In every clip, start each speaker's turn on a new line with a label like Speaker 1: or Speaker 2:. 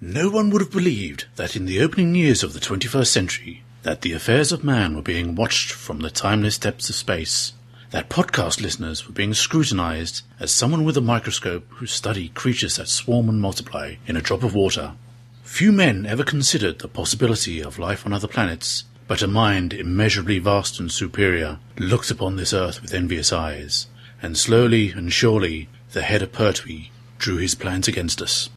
Speaker 1: No one would have believed that in the opening years of the 21st century that the affairs of man were being watched from the timeless depths of space, that podcast listeners were being scrutinized as someone with a microscope who study creatures that swarm and multiply in a drop of water. Few men ever considered the possibility of life on other planets, but a mind immeasurably vast and superior looked upon this earth with envious eyes, and slowly and surely the head of Pertwee drew his plans against us.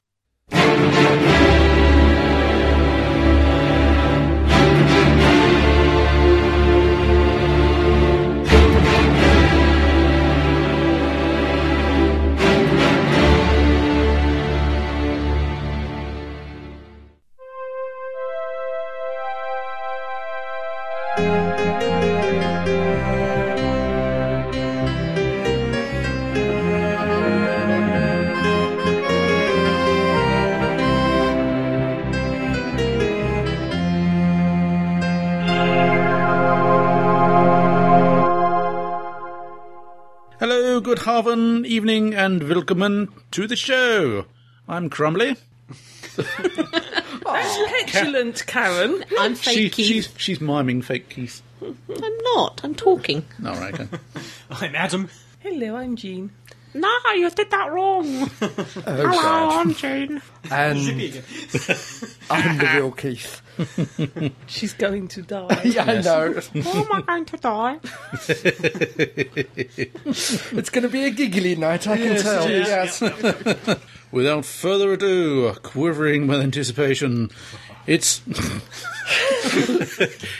Speaker 1: Hello, good haven, evening, and welcome to the show. I'm Crumbly.
Speaker 2: Petulant Karen.
Speaker 3: I'm fake
Speaker 1: She-
Speaker 3: Keith.
Speaker 1: she's, she's miming fake Keith.
Speaker 3: I'm not. I'm talking.
Speaker 1: All right, okay.
Speaker 4: I'm Adam.
Speaker 2: Hello, I'm Jean.
Speaker 3: No, you did that wrong.
Speaker 5: Oh,
Speaker 3: Hello, I'm Jane.
Speaker 5: and I'm the real Keith.
Speaker 2: She's going to die.
Speaker 5: Yeah, I know.
Speaker 3: How am I going to die?
Speaker 5: It's going to be a giggly night, I can tell. yes.
Speaker 1: Without further ado, quivering with anticipation, it's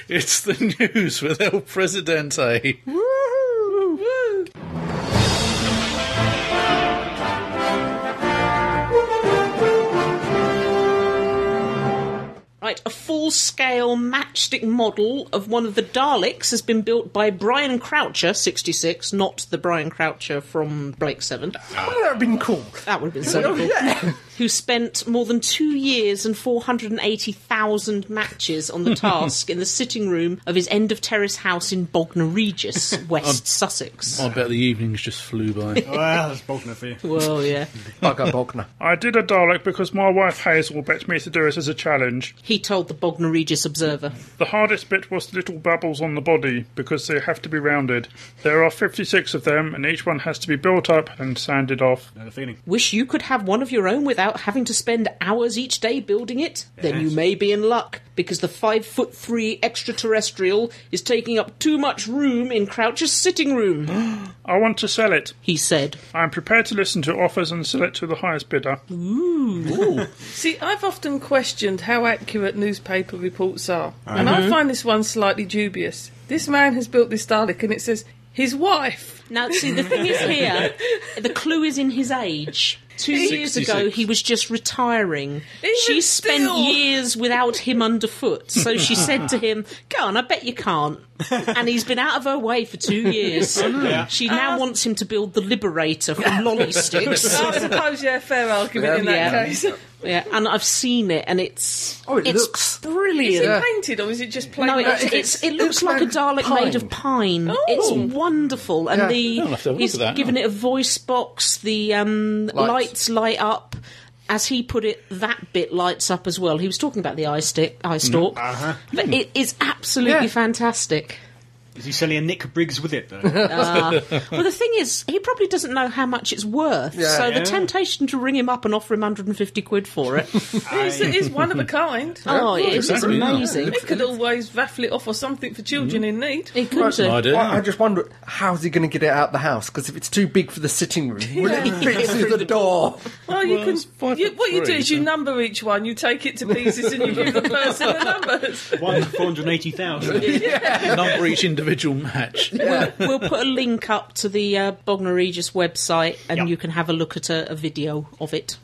Speaker 1: it's the news eh? with El Presidente.
Speaker 3: Right, a full scale matchstick model of one of the Daleks has been built by Brian Croucher, 66, not the Brian Croucher from Blake 7.
Speaker 5: Wouldn't that have been cool?
Speaker 3: That would have been so cool. Who spent more than two years and 480,000 matches on the task in the sitting room of his end of terrace house in Bognor Regis, West Sussex.
Speaker 1: Oh, I bet the evenings just flew by.
Speaker 4: Well, that's Bolton for you.
Speaker 3: Well, yeah.
Speaker 5: I go Bogner.
Speaker 6: I did a Dalek because my wife Hazel bet me to do it as a challenge.
Speaker 3: He told the Bognor Regis Observer.
Speaker 6: The hardest bit was the little bubbles on the body because they have to be rounded. There are 56 of them and each one has to be built up and sanded off.
Speaker 4: Another feeling.
Speaker 3: Wish you could have one of your own without having to spend hours each day building it? Then you may be in luck, because the five foot three extraterrestrial is taking up too much room in Croucher's sitting room,
Speaker 6: I want to sell it.
Speaker 3: he said.
Speaker 6: I am prepared to listen to offers and sell it to the highest bidder.
Speaker 2: See, I've often questioned how accurate newspaper reports are, and I find this one slightly dubious. This man has built this Dalek, and it says his wife.
Speaker 3: Now, see, the thing is here, the clue is in his age. Two years ago,
Speaker 1: 66.
Speaker 3: he was just retiring. she spent
Speaker 2: still.
Speaker 3: years without him underfoot, so she said to him, Go on, I bet you can't. And he's been out of her way for two years.
Speaker 5: Oh,
Speaker 3: She now wants him to build the Liberator from lolly sticks.
Speaker 2: I suppose, yeah, fair argument in that
Speaker 3: Yeah.
Speaker 2: case. Is
Speaker 3: yeah, and I've seen it, and it's
Speaker 5: Oh, it
Speaker 3: it's
Speaker 5: looks-
Speaker 3: brilliant.
Speaker 2: it painted, or is it just plain?
Speaker 3: No,
Speaker 2: No,
Speaker 3: it's,
Speaker 5: it's-
Speaker 3: it's, it
Speaker 5: it's
Speaker 3: looks like a
Speaker 5: like
Speaker 3: Dalek made of pine. It's wonderful, and
Speaker 5: Yeah.
Speaker 3: the
Speaker 1: I'll have to have a look
Speaker 3: he's
Speaker 1: at that,
Speaker 3: given
Speaker 1: yeah.
Speaker 3: it a voice box. The um, lights.
Speaker 5: Lights.
Speaker 3: light up. As he put it, that bit lights up as well. He was talking about the eye stick, eye
Speaker 1: Mm-hmm.
Speaker 3: stalk,
Speaker 1: Ah.
Speaker 4: Mm-hmm. Uh-huh.
Speaker 3: but it is absolutely
Speaker 5: Yeah.
Speaker 3: fantastic.
Speaker 4: Is he selling a Nick Briggs with it, though?
Speaker 2: Ah.
Speaker 3: Well, the thing is, he probably doesn't know how much it's worth,
Speaker 5: Yeah.
Speaker 3: so
Speaker 4: Yeah.
Speaker 3: the temptation to ring him up and offer him 150 quid for it.
Speaker 2: it's, it is one of a kind.
Speaker 3: oh, it is it's
Speaker 1: exactly, yeah.
Speaker 3: amazing.
Speaker 2: They could always raffle it off or something for children in need.
Speaker 3: He could do.
Speaker 1: No idea.
Speaker 5: I, I just wonder how's he going to get it out the house? Because if it's too big for the sitting room, will it fit through the door?
Speaker 2: Well, you
Speaker 1: it's
Speaker 2: can.
Speaker 1: five
Speaker 2: You,
Speaker 1: foot
Speaker 2: what you do
Speaker 1: three,
Speaker 2: is you
Speaker 1: so-
Speaker 2: number each one. You take it to pieces and you give the person the numbers.
Speaker 4: One four hundred eighty thousand.
Speaker 1: Number each individual match.
Speaker 3: we'll put a link up to the uh, Bognor Regis website, and
Speaker 4: Yep.
Speaker 3: you can have a look at a, a video of it.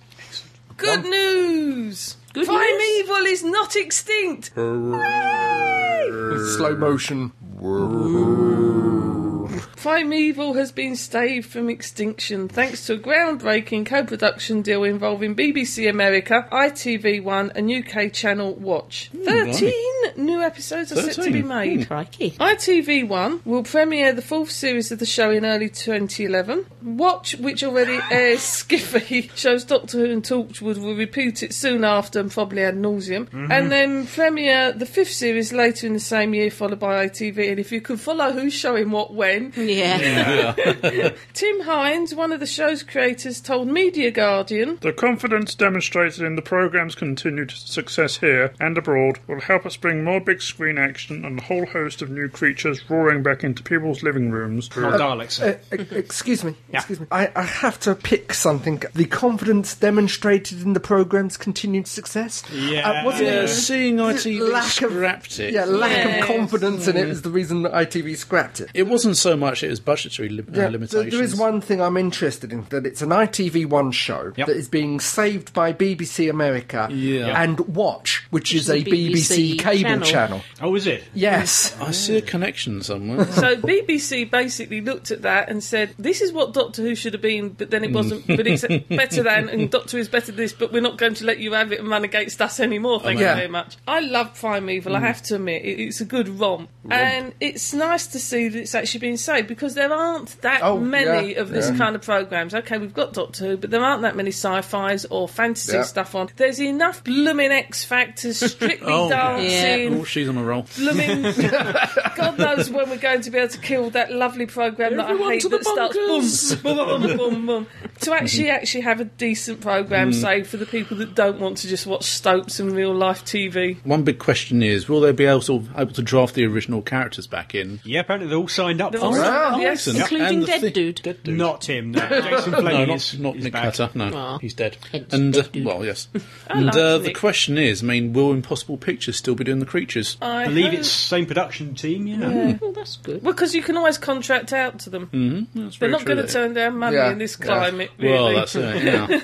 Speaker 2: Good news.
Speaker 3: Good
Speaker 2: Primeval is not extinct.
Speaker 5: With slow motion.
Speaker 2: Primeval has been saved from extinction thanks to a groundbreaking co production deal involving BBC America, ITV1, and UK channel Watch. 13 new episodes are set to be
Speaker 1: 13.
Speaker 2: made.
Speaker 5: Hmm.
Speaker 3: Crikey.
Speaker 2: ITV1 will premiere the fourth series of the show in early 2011. Watch, which already airs Skiffy, shows Doctor Who and Torchwood will repeat it soon after and probably ad nauseum. And then premiere the fifth series later in the same year, followed by ITV. And if you could follow who's showing what when,
Speaker 3: Yeah.
Speaker 2: Tim Hines, one of the show's creators, told Media Guardian
Speaker 6: The confidence demonstrated in the programme's continued success here and abroad will help us bring more big screen action and a whole host of new creatures roaring back into people's living rooms.
Speaker 4: Not Daleks.
Speaker 5: Uh, e- excuse me, excuse me. I, I have to pick something. The confidence demonstrated in the program's continued success.
Speaker 4: Yeah.
Speaker 5: Uh, wasn't
Speaker 1: Yeah,
Speaker 5: it
Speaker 1: seeing ITV
Speaker 5: lack of-
Speaker 1: scrapped it.
Speaker 5: Yeah, lack
Speaker 2: Yes.
Speaker 5: of confidence in it is the reason that ITV scrapped it.
Speaker 1: It wasn't so much it was budgetary li- uh,
Speaker 5: Yeah, th-
Speaker 1: limitations.
Speaker 5: there is one thing I'm interested in that it's an ITV1 show
Speaker 4: Yep.
Speaker 5: that is being saved by BBC America
Speaker 1: Yeah.
Speaker 5: and Watch, which is
Speaker 3: The
Speaker 5: a BBC,
Speaker 3: BBC
Speaker 5: cable
Speaker 3: channel.
Speaker 5: channel.
Speaker 4: Oh, is it?
Speaker 5: Yes.
Speaker 1: I see a connection somewhere.
Speaker 2: So BBC basically looked at that and said, "This is what Doctor Who should have been, but then it wasn't.
Speaker 5: Mm.
Speaker 2: But it's better than, and Doctor Who's better than this. But we're not going to let you have it and run against us anymore. Thank you
Speaker 5: Yeah. Mm.
Speaker 2: very much. I love Primeval. I have to admit, it, it's a good romp, and it's nice to see that it's actually being saved because there aren't that
Speaker 5: Oh,
Speaker 2: many
Speaker 5: yeah,
Speaker 2: of this
Speaker 5: yeah.
Speaker 2: kind of programs. Okay, we've got Doctor Who, but there aren't that many sci-fi's or fantasy
Speaker 5: Yeah.
Speaker 2: stuff on. There's enough blooming X Factors, Strictly
Speaker 1: Oh, yeah.
Speaker 2: Dancing,
Speaker 1: oh, she's on a roll.
Speaker 2: blooming. God knows when we're going to be able to kill that lovely program that I
Speaker 3: Everyone
Speaker 2: hate
Speaker 3: to the
Speaker 2: that starts boom, boom, boom, boom, boom. To actually actually have a decent program
Speaker 3: Mm.
Speaker 2: saved for the people that don't want to just watch Stopes and real life TV.
Speaker 1: One big question is, will they be able to, able to draft the original characters back in?
Speaker 4: Yeah, apparently they're all signed up.
Speaker 2: They're
Speaker 4: for
Speaker 2: all
Speaker 4: it.
Speaker 2: signed
Speaker 5: wow.
Speaker 2: up, yes.
Speaker 1: Excellent.
Speaker 3: Including
Speaker 1: And the
Speaker 3: Dead
Speaker 1: thi-
Speaker 3: Dude.
Speaker 1: Dead Dude.
Speaker 4: Not him. No. Jason Fleming.
Speaker 1: No, not,
Speaker 4: is-
Speaker 1: not
Speaker 4: is
Speaker 1: Nick
Speaker 4: back.
Speaker 1: Cutter. No,
Speaker 3: Aw.
Speaker 1: he's dead.
Speaker 3: Hence
Speaker 1: And uh,
Speaker 3: Dead Dude.
Speaker 1: well, yes.
Speaker 2: I
Speaker 1: and
Speaker 2: like
Speaker 1: uh, the
Speaker 2: Nick.
Speaker 1: question is, I mean, will Impossible Pictures still be doing the creatures?
Speaker 2: I
Speaker 4: I believe
Speaker 2: hope-
Speaker 4: it's same production team. Yeah.
Speaker 3: Well, that's good. Mm.
Speaker 2: well because you can always contract out to them.
Speaker 4: Mm-hmm.
Speaker 1: That's
Speaker 2: They're
Speaker 1: very
Speaker 2: not
Speaker 1: true,
Speaker 2: going to
Speaker 1: that-
Speaker 2: turn down money
Speaker 5: Yeah.
Speaker 2: in this
Speaker 5: Yeah.
Speaker 2: climate. Really.
Speaker 1: Well, that's it. Yeah.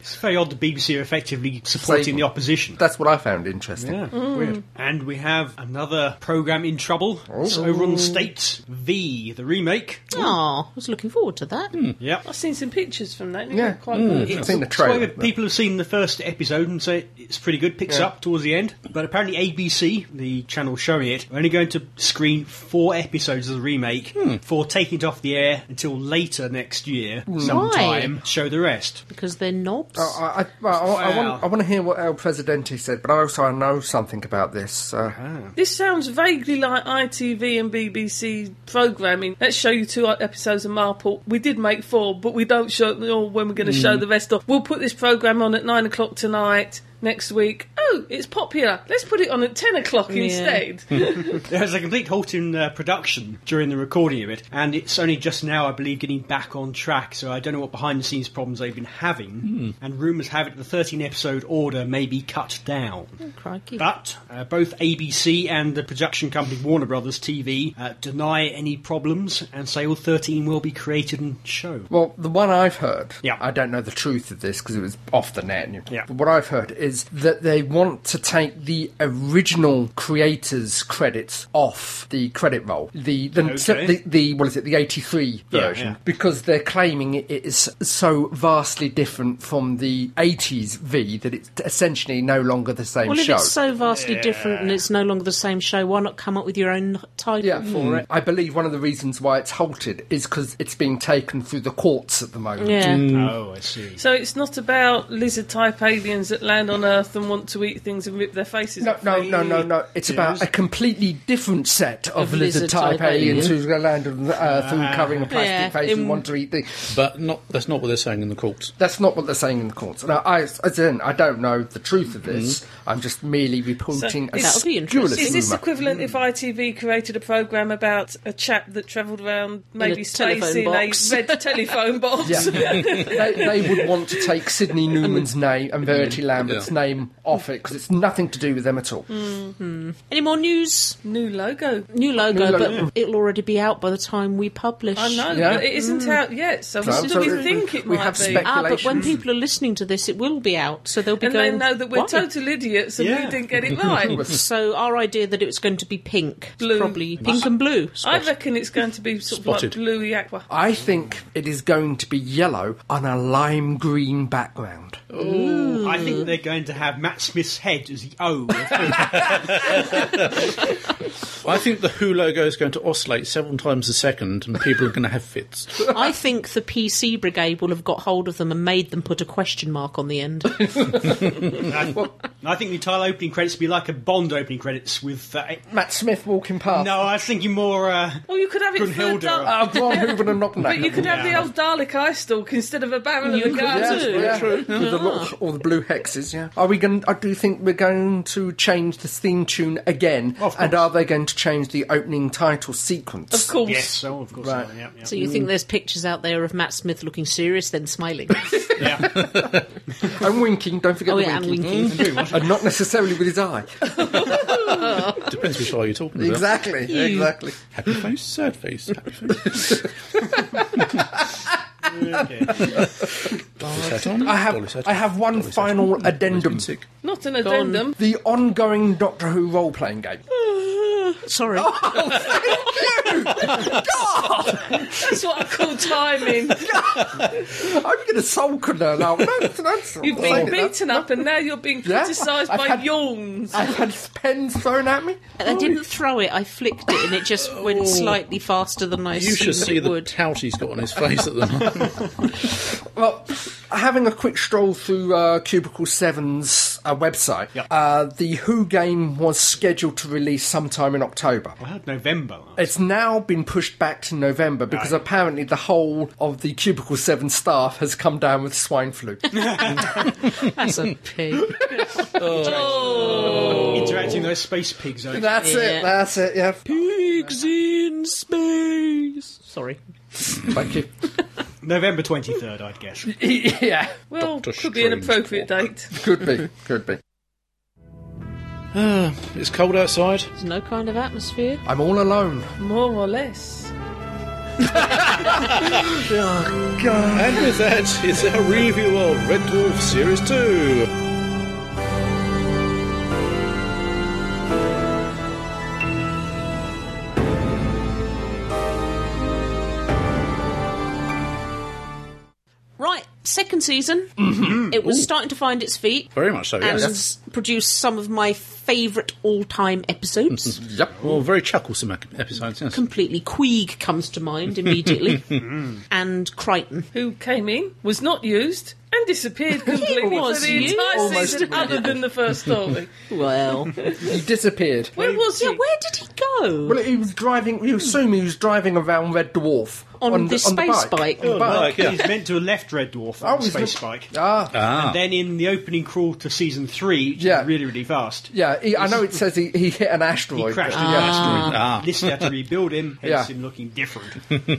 Speaker 4: It's very odd. The BBC are effectively supporting
Speaker 5: Same.
Speaker 4: the opposition.
Speaker 5: That's what I found interesting.
Speaker 4: yeah,
Speaker 2: Mm.
Speaker 4: weird. And we have another program in trouble. It's over on State V, the remake.
Speaker 3: Aw, Ah, I was looking forward to that.
Speaker 4: Yeah.
Speaker 2: I've seen some pictures from that.
Speaker 5: Hmm. Yeah. Hmm.
Speaker 2: Yeah, quite good.
Speaker 5: I've seen the
Speaker 4: That's why
Speaker 5: trailer. but-
Speaker 4: people have seen the first episode and say it's pretty good, picks
Speaker 5: Yeah.
Speaker 4: up towards the end. But apparently, ABC, the channel showing it, are only going to screen four episodes of the remake
Speaker 5: Hmm.
Speaker 4: for taking it off the air until later next year, sometime. Show the rest.
Speaker 3: Because they're knobs.
Speaker 5: Oh, I, I, well, I, I,
Speaker 4: Wow.
Speaker 5: want, I want to hear what El Presidente said, but I also know something about this. Uh,
Speaker 4: Ah.
Speaker 2: This sounds vaguely like ITV and BBC programming. Let's show you two episodes of Marple. We did make four, but we don't show them all when we're going to show the rest off. We'll put this program on at nine o'clock tonight. Next week, oh, it's popular. Let's put it on at ten o'clock instead.
Speaker 4: There was a complete halt in uh, production during the recording of it, and it's only just now, I believe, getting back on track. So I don't know what behind the scenes problems they've been having.
Speaker 5: Hmm.
Speaker 4: And rumours have it the 13 episode order may be cut down.
Speaker 3: Oh, Crikey.
Speaker 4: But uh, both ABC and the production company Warner Brothers TV uh, deny any problems and say all 13 will be created and shown.
Speaker 5: Well, the one I've heard,
Speaker 4: Yeah.
Speaker 5: I don't know the truth of this because it was off the net. and-
Speaker 4: Yeah.
Speaker 5: But what I've heard is that they want to take the original creators' credits off the credit roll. The the,
Speaker 4: Okay.
Speaker 5: the, the what is it? The eighty three
Speaker 4: Oh, Yeah,
Speaker 5: version
Speaker 4: yeah.
Speaker 5: because they're claiming it is so vastly different from the eighties V that it's essentially no longer the same
Speaker 3: Well, if
Speaker 5: show.
Speaker 3: it's so vastly different and it's no longer the same show, why not come up with your own title
Speaker 5: yeah,
Speaker 4: Hmm.
Speaker 5: Hmm.
Speaker 3: for it?
Speaker 5: I believe one of the reasons why it's halted is because it's being taken through the courts at the moment.
Speaker 3: Yeah. Mm.
Speaker 4: Oh, I see.
Speaker 2: so it's not about lizard type aliens that land on Earth and want to eat things and rip their faces
Speaker 5: No,
Speaker 2: off.
Speaker 5: no, no, no, no. It's about
Speaker 4: Yes.
Speaker 5: a completely different set of,
Speaker 3: Of
Speaker 5: lizard type Ah.
Speaker 3: lizard-type
Speaker 5: aliens
Speaker 3: aliens.
Speaker 5: who's going to land on the Earth who are covering a plastic
Speaker 3: Yeah,
Speaker 5: face
Speaker 3: in-
Speaker 5: and want to eat the.
Speaker 1: But not that's not what they're saying in the court.
Speaker 5: That's not what they're saying in the courts. And I, I, as in, I don't know the truth of this.
Speaker 1: Mm-hmm.
Speaker 5: I'm just merely reporting a
Speaker 2: is-
Speaker 3: That'll be interesting.
Speaker 5: scurrilous
Speaker 2: Is this
Speaker 5: rumour.
Speaker 2: equivalent if ITV created a program about a chap that travelled around maybe
Speaker 3: a
Speaker 2: space in
Speaker 3: telephone box.
Speaker 2: a red telephone box?
Speaker 5: Yeah. they, they would want to take Sidney Newman's name and Verity Lambert's
Speaker 1: Yeah.
Speaker 5: name off it because it's nothing to do with them at all.
Speaker 3: Any more news?
Speaker 2: Mm-hmm. New logo.
Speaker 3: New logo,
Speaker 5: New
Speaker 3: but
Speaker 5: logo.
Speaker 3: it'll already be out by the time we publish. Hmm.
Speaker 2: I know,
Speaker 5: Yeah.
Speaker 2: but it isn't out yet, so
Speaker 5: No,
Speaker 2: what do
Speaker 5: so
Speaker 2: we
Speaker 5: it-
Speaker 2: think it
Speaker 5: we
Speaker 2: might
Speaker 5: have
Speaker 2: be?
Speaker 5: spec-
Speaker 3: Ah, but when
Speaker 5: Calculations.
Speaker 3: people are listening to this, it will be out, so they'll be
Speaker 2: and
Speaker 3: going.
Speaker 2: they know that we're
Speaker 3: "Why?"
Speaker 2: total idiots and
Speaker 4: Yeah.
Speaker 2: we didn't get it right.
Speaker 3: So our idea that it was going to be pink,
Speaker 2: Blue.
Speaker 3: probably pink and blue.
Speaker 2: I reckon it's going to be sort of like
Speaker 1: Spotted.
Speaker 2: bluey aqua.
Speaker 5: I think it is going to be yellow on a lime green background.
Speaker 4: I think they're going to have Matt Smith this head as the O. of-
Speaker 1: Hmm. I think the Who logo is going to oscillate several times a second, and people are going to have fits.
Speaker 3: I think the PC brigade will have got hold of them and made them put a question mark on the end.
Speaker 4: And I think the entire opening credits would be like a Bond opening credits with. Uh,
Speaker 5: Matt Smith walking past.
Speaker 4: no, I was thinking more. Uh,
Speaker 2: Well, you could have it
Speaker 4: Brunhilde.
Speaker 2: for Dar-
Speaker 5: Uh, Ron Hoover and Knocknack.
Speaker 2: but you could have the old Dalek eye stalk instead of a barrel
Speaker 3: You
Speaker 2: and a
Speaker 3: could
Speaker 2: gun.
Speaker 3: do.
Speaker 5: yeah, yeah. With the
Speaker 3: Ah.
Speaker 5: lot, all the blue hexes, yeah. Are we going? I do think we're going to change the theme tune again,
Speaker 4: Of course.
Speaker 5: and are they going to change the opening title sequence?
Speaker 2: Of course.
Speaker 4: yes, so of course.
Speaker 5: Right. Mm.
Speaker 4: Yeah, yeah.
Speaker 3: So you think there's pictures out there of Matt Smith looking serious, then smiling?
Speaker 4: yeah.
Speaker 5: And winking. Don't forget
Speaker 3: Oh
Speaker 5: the
Speaker 3: yeah, and
Speaker 5: winking.
Speaker 3: winking.
Speaker 5: and Uh, not necessarily with his eye.
Speaker 1: Depends which eye you're talking about.
Speaker 5: exactly. Exactly.
Speaker 1: Happy face, sad face. Happy face.
Speaker 4: okay.
Speaker 1: Dolly's hat on.
Speaker 5: I
Speaker 1: Dolly's
Speaker 5: have.
Speaker 1: hat
Speaker 5: I
Speaker 1: on.
Speaker 5: have one
Speaker 1: Dolly's hat on.
Speaker 5: final
Speaker 1: Dolly's been
Speaker 5: addendum.
Speaker 1: sick.
Speaker 2: Not an addendum.
Speaker 5: The ongoing Doctor Who role playing game.
Speaker 3: Sorry.
Speaker 2: That's what I call timing.
Speaker 5: I'm going to sulk on her now. No, it's an answer.
Speaker 2: You've
Speaker 5: I'll
Speaker 2: been
Speaker 5: say it.
Speaker 2: beaten up and now you're being
Speaker 5: Yeah.
Speaker 2: criticised
Speaker 5: I've
Speaker 2: by
Speaker 5: had-
Speaker 2: yawns.
Speaker 5: I've had pens thrown at me.
Speaker 3: I didn't throw it. I flicked it, and it just went slightly faster than I
Speaker 1: You should
Speaker 3: assumed
Speaker 1: see
Speaker 3: it
Speaker 1: the
Speaker 3: would.
Speaker 1: pout he's got on his face at the moment.
Speaker 5: Well, having a quick stroll through uh, Cubicle 7's uh, website, uh, the Who game was scheduled to release sometime in October.
Speaker 4: I had November.
Speaker 5: It's now been pushed back to November because
Speaker 4: Right.
Speaker 5: apparently the whole of the Cubicle 7 staff has come down with swine flu.
Speaker 3: That's a pig.
Speaker 4: Interacting with those space pigs. I
Speaker 5: that's
Speaker 3: Oh. Yeah.
Speaker 5: it, that's it, yeah.
Speaker 3: Pigs in space. Sorry.
Speaker 5: Thank you.
Speaker 4: November 23rd, I'd guess.
Speaker 5: yeah,
Speaker 2: Well,
Speaker 1: Doctor
Speaker 2: could be an
Speaker 1: Strange
Speaker 2: appropriate date.
Speaker 5: could be, could be.
Speaker 1: Ah, it's cold outside.
Speaker 3: There's no kind of atmosphere.
Speaker 5: I'm all alone.
Speaker 2: More or less.
Speaker 1: And with that is our review of Red Dwarf Series 2.
Speaker 3: Right, second season. It was starting to find its feet
Speaker 1: Mm-hmm. Very much so,
Speaker 3: and
Speaker 1: yes.
Speaker 3: produced some of my favourite all-time episodes.
Speaker 5: Yep.
Speaker 1: Well, very chucklesome ep- episodes, Mm, yes.
Speaker 3: Completely, Queeg comes to mind immediately,
Speaker 5: Mm.
Speaker 3: and Crichton.
Speaker 2: Who came in, was not used, and disappeared completely
Speaker 3: was
Speaker 2: for the
Speaker 3: used.
Speaker 2: entire
Speaker 5: Almost
Speaker 2: season other than the first story.
Speaker 3: Well,
Speaker 5: He disappeared.
Speaker 2: Where was
Speaker 3: yeah,
Speaker 2: he?
Speaker 3: where did he go?
Speaker 5: Well, he was driving, you assume he was driving around Red Dwarf.
Speaker 3: On
Speaker 5: the,
Speaker 3: this
Speaker 5: on the
Speaker 3: space
Speaker 5: bike.
Speaker 3: bike.
Speaker 5: On the
Speaker 1: Oh,
Speaker 5: bike.
Speaker 1: like, yeah.
Speaker 4: He's meant to have left Red Dwarf
Speaker 5: Oh,
Speaker 4: on
Speaker 5: he's
Speaker 4: Space
Speaker 5: meant-
Speaker 4: Spike.
Speaker 5: Ah,
Speaker 4: And then in the opening crawl to season three, which
Speaker 5: Yeah.
Speaker 4: is really, really fast,
Speaker 5: Yeah, he, I know it says he, he hit an asteroid.
Speaker 4: he crashed
Speaker 5: but-
Speaker 4: into
Speaker 5: yeah.
Speaker 4: an asteroid.
Speaker 1: Ah.
Speaker 4: This had to rebuild him, hence
Speaker 5: Yeah.
Speaker 4: him looking different.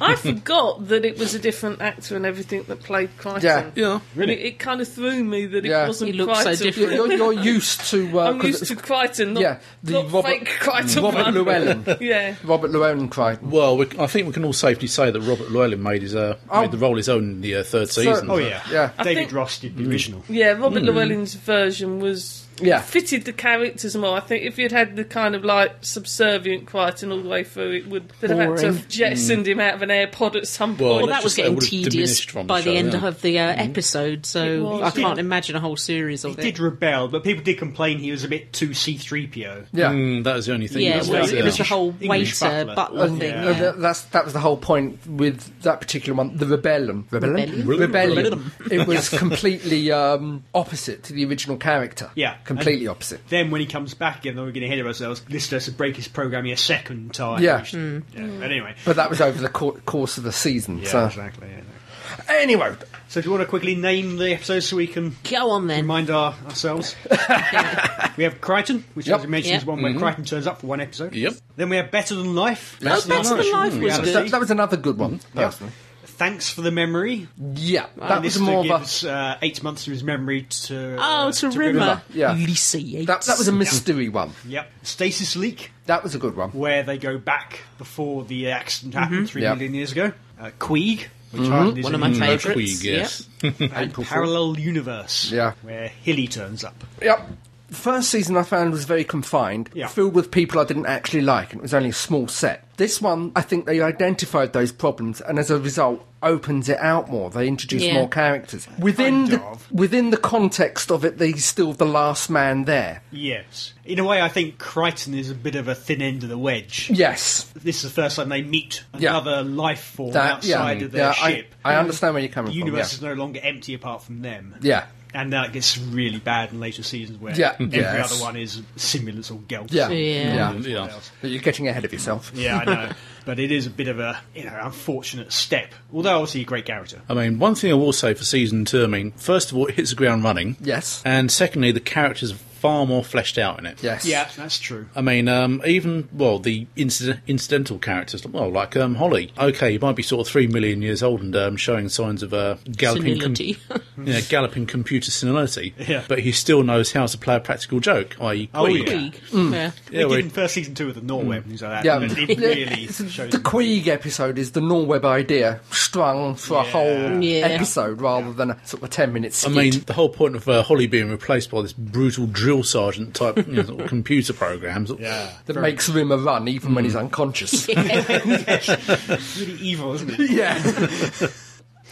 Speaker 2: I forgot that it was a different actor and everything that played Crichton.
Speaker 5: Yeah.
Speaker 1: Yeah.
Speaker 4: Really?
Speaker 2: It, it kind of threw me that it
Speaker 5: Yeah.
Speaker 2: wasn't
Speaker 3: He looked so
Speaker 2: Crichton.
Speaker 3: different.
Speaker 5: You- You're, you're used to. Uh,
Speaker 2: I'm
Speaker 5: 'cause
Speaker 2: used to
Speaker 5: it's-
Speaker 2: Crichton, not,
Speaker 5: yeah, the
Speaker 2: not
Speaker 5: Robert-
Speaker 2: fake Crichton
Speaker 5: Robert
Speaker 2: one.
Speaker 5: Llewellyn.
Speaker 2: Yeah.
Speaker 5: Robert Llewellyn Crichton.
Speaker 1: Well, we, I think we can all safely say that Robert Llewellyn made his uh,
Speaker 5: Oh.
Speaker 1: made the role his own in the uh, third season.
Speaker 4: Oh, yeah.
Speaker 5: Yeah.
Speaker 2: I
Speaker 4: David
Speaker 2: think-
Speaker 4: Ross did the original.
Speaker 2: Yeah,
Speaker 1: Hmm.
Speaker 2: Robert Llewellyn's version was
Speaker 5: Yeah.
Speaker 2: fitted the characters more. I think if you'd had the kind of like subservient Crichton all the way through, it would they'd have had to
Speaker 3: Boring.
Speaker 2: have jettisoned him out of an airpod at some
Speaker 1: Hmm. Well,
Speaker 2: point.
Speaker 3: Well,
Speaker 1: let's
Speaker 3: that was
Speaker 1: just say it
Speaker 3: getting
Speaker 1: would have
Speaker 3: tedious
Speaker 1: diminished from
Speaker 3: by
Speaker 1: the
Speaker 3: the
Speaker 1: show,
Speaker 3: end
Speaker 1: yeah. Mm-hmm.
Speaker 3: of the uh, episode, so
Speaker 2: was,
Speaker 3: I can't
Speaker 4: yeah.
Speaker 3: imagine a whole series
Speaker 4: He
Speaker 3: of
Speaker 4: did
Speaker 3: it.
Speaker 4: rebel, but people did complain he was a bit too C3PO.
Speaker 5: Yeah.
Speaker 1: Mm, that was the only thing.
Speaker 3: Yeah,
Speaker 1: that
Speaker 3: well,
Speaker 1: was,
Speaker 3: it was
Speaker 1: yeah.
Speaker 3: the whole
Speaker 4: English
Speaker 3: waiter
Speaker 4: butler.
Speaker 3: butler,
Speaker 5: Uh,
Speaker 3: thing.
Speaker 5: uh,
Speaker 3: yeah.
Speaker 5: that- that's that was the whole point with that particular one, the rebellion. Rebellion.
Speaker 1: Rebellion.
Speaker 5: Rebellion. It was completely um, opposite to the original character.
Speaker 4: Yeah.
Speaker 5: completely opposite.
Speaker 4: Then when he comes back again, then we're going to hear ourselves. This does break his programming a second time.
Speaker 5: Yeah.
Speaker 4: which-
Speaker 3: Mm.
Speaker 4: yeah. But anyway.
Speaker 5: But that was over the cour course of the season.
Speaker 4: Yeah,
Speaker 5: so
Speaker 4: exactly. yeah, yeah.
Speaker 5: anyway,
Speaker 4: So, do you want to quickly name the episodes so we can
Speaker 3: Go on then.
Speaker 4: remind our, ourselves? we have Crichton, which,
Speaker 5: Yep. Mm-hmm.
Speaker 4: as we mentioned,
Speaker 3: Yep.
Speaker 4: is one where Crichton turns up for one episode.
Speaker 1: Yep.
Speaker 4: Then we have Better Than Life.
Speaker 5: That's
Speaker 3: Oh, Better Than
Speaker 4: nice. Mm-hmm.
Speaker 3: Life
Speaker 4: Mm.
Speaker 3: was
Speaker 4: Yeah,
Speaker 3: good.
Speaker 5: that, that was another good one. Personally,
Speaker 4: Thanks for the Memory.
Speaker 5: yeah, that
Speaker 4: And
Speaker 5: was
Speaker 4: this
Speaker 5: more of a
Speaker 4: gives uh, eight months of his memory to.
Speaker 3: Oh,
Speaker 4: uh,
Speaker 3: to,
Speaker 4: Rimmer.
Speaker 3: Rimmer.
Speaker 5: Yeah.
Speaker 3: Lisa Yates.
Speaker 5: that, that was a mystery one.
Speaker 4: Yep. Stasis Leak,
Speaker 5: That was a good one.
Speaker 4: where they go back before the accident happened three
Speaker 5: Yep. Mm-hmm.
Speaker 4: million years ago. Uh, Queeg, which hardly is
Speaker 3: Mm-hmm. one of
Speaker 4: an
Speaker 3: my
Speaker 4: intro.
Speaker 1: Queeg,
Speaker 3: favourites.
Speaker 1: yes.
Speaker 4: And
Speaker 5: April Fool.
Speaker 4: Parallel Universe,
Speaker 5: Yeah.
Speaker 4: where Hilly turns up.
Speaker 5: Yep. The first season I found was very confined,
Speaker 4: Yeah.
Speaker 5: filled with people I didn't actually like, and it was only a small set. This one, I think they identified those problems, and as a result, opens it out more. They introduce
Speaker 3: Yeah.
Speaker 5: more characters within
Speaker 4: Kind
Speaker 5: the
Speaker 4: of.
Speaker 5: within the context of it. They're still the last man there.
Speaker 4: Yes. In a way, I think Crichton is a bit of a thin end of the wedge.
Speaker 5: Yes,
Speaker 4: This is the first time they meet
Speaker 5: Yeah.
Speaker 4: another life form
Speaker 5: that yeah,
Speaker 4: outside of their
Speaker 5: yeah, I,
Speaker 4: ship.
Speaker 5: I understand where you're coming
Speaker 4: the universe
Speaker 5: from.
Speaker 4: is no longer empty apart from them.
Speaker 5: Yeah. yeah.
Speaker 4: And that gets really bad in later seasons where
Speaker 5: Yeah,
Speaker 4: every
Speaker 5: yes.
Speaker 4: other one is simulants or gelts.
Speaker 5: Yeah.
Speaker 3: Yeah.
Speaker 5: yeah,
Speaker 1: Mm, Yeah.
Speaker 5: But you're getting ahead of yourself.
Speaker 4: Yeah, I know. but it is a bit of a you know unfortunate step. Although obviously a great character.
Speaker 1: I mean, one thing I will say for season two, I mean, first of all, it hits the ground running.
Speaker 5: Yes.
Speaker 1: And secondly, the characters are far more fleshed out in it.
Speaker 5: Yes.
Speaker 4: Yeah, that's true.
Speaker 1: I mean, um, even well, the incident, incidental characters, well, like um, Holly. Okay, he might be sort of three million years old and um, showing signs of uh, galloping, com-
Speaker 3: Senility.
Speaker 1: yeah, galloping computer senility.
Speaker 4: Yeah.
Speaker 1: But he still knows how to play a practical joke, i.e.,
Speaker 4: Oh,
Speaker 1: Queeg.
Speaker 4: yeah.
Speaker 3: Queeg. Yeah.
Speaker 1: Yeah,
Speaker 4: we
Speaker 1: we-
Speaker 4: did in first season two with the Norweb and things like that.
Speaker 5: Mm. Yeah.
Speaker 4: And it really shows.
Speaker 5: The Queeg episode is the Norweb idea strung for a whole
Speaker 3: Yeah.
Speaker 5: episode rather than a sort of a 10 minute
Speaker 1: I
Speaker 5: skit.
Speaker 1: mean, the whole point of uh, Holly being replaced by this brutal drill sergeant type you know, sort of computer programs.
Speaker 4: Yeah.
Speaker 5: that makes Rimmer run
Speaker 1: Mm.
Speaker 5: even when he's unconscious.
Speaker 4: really evil, isn't it?
Speaker 5: yeah.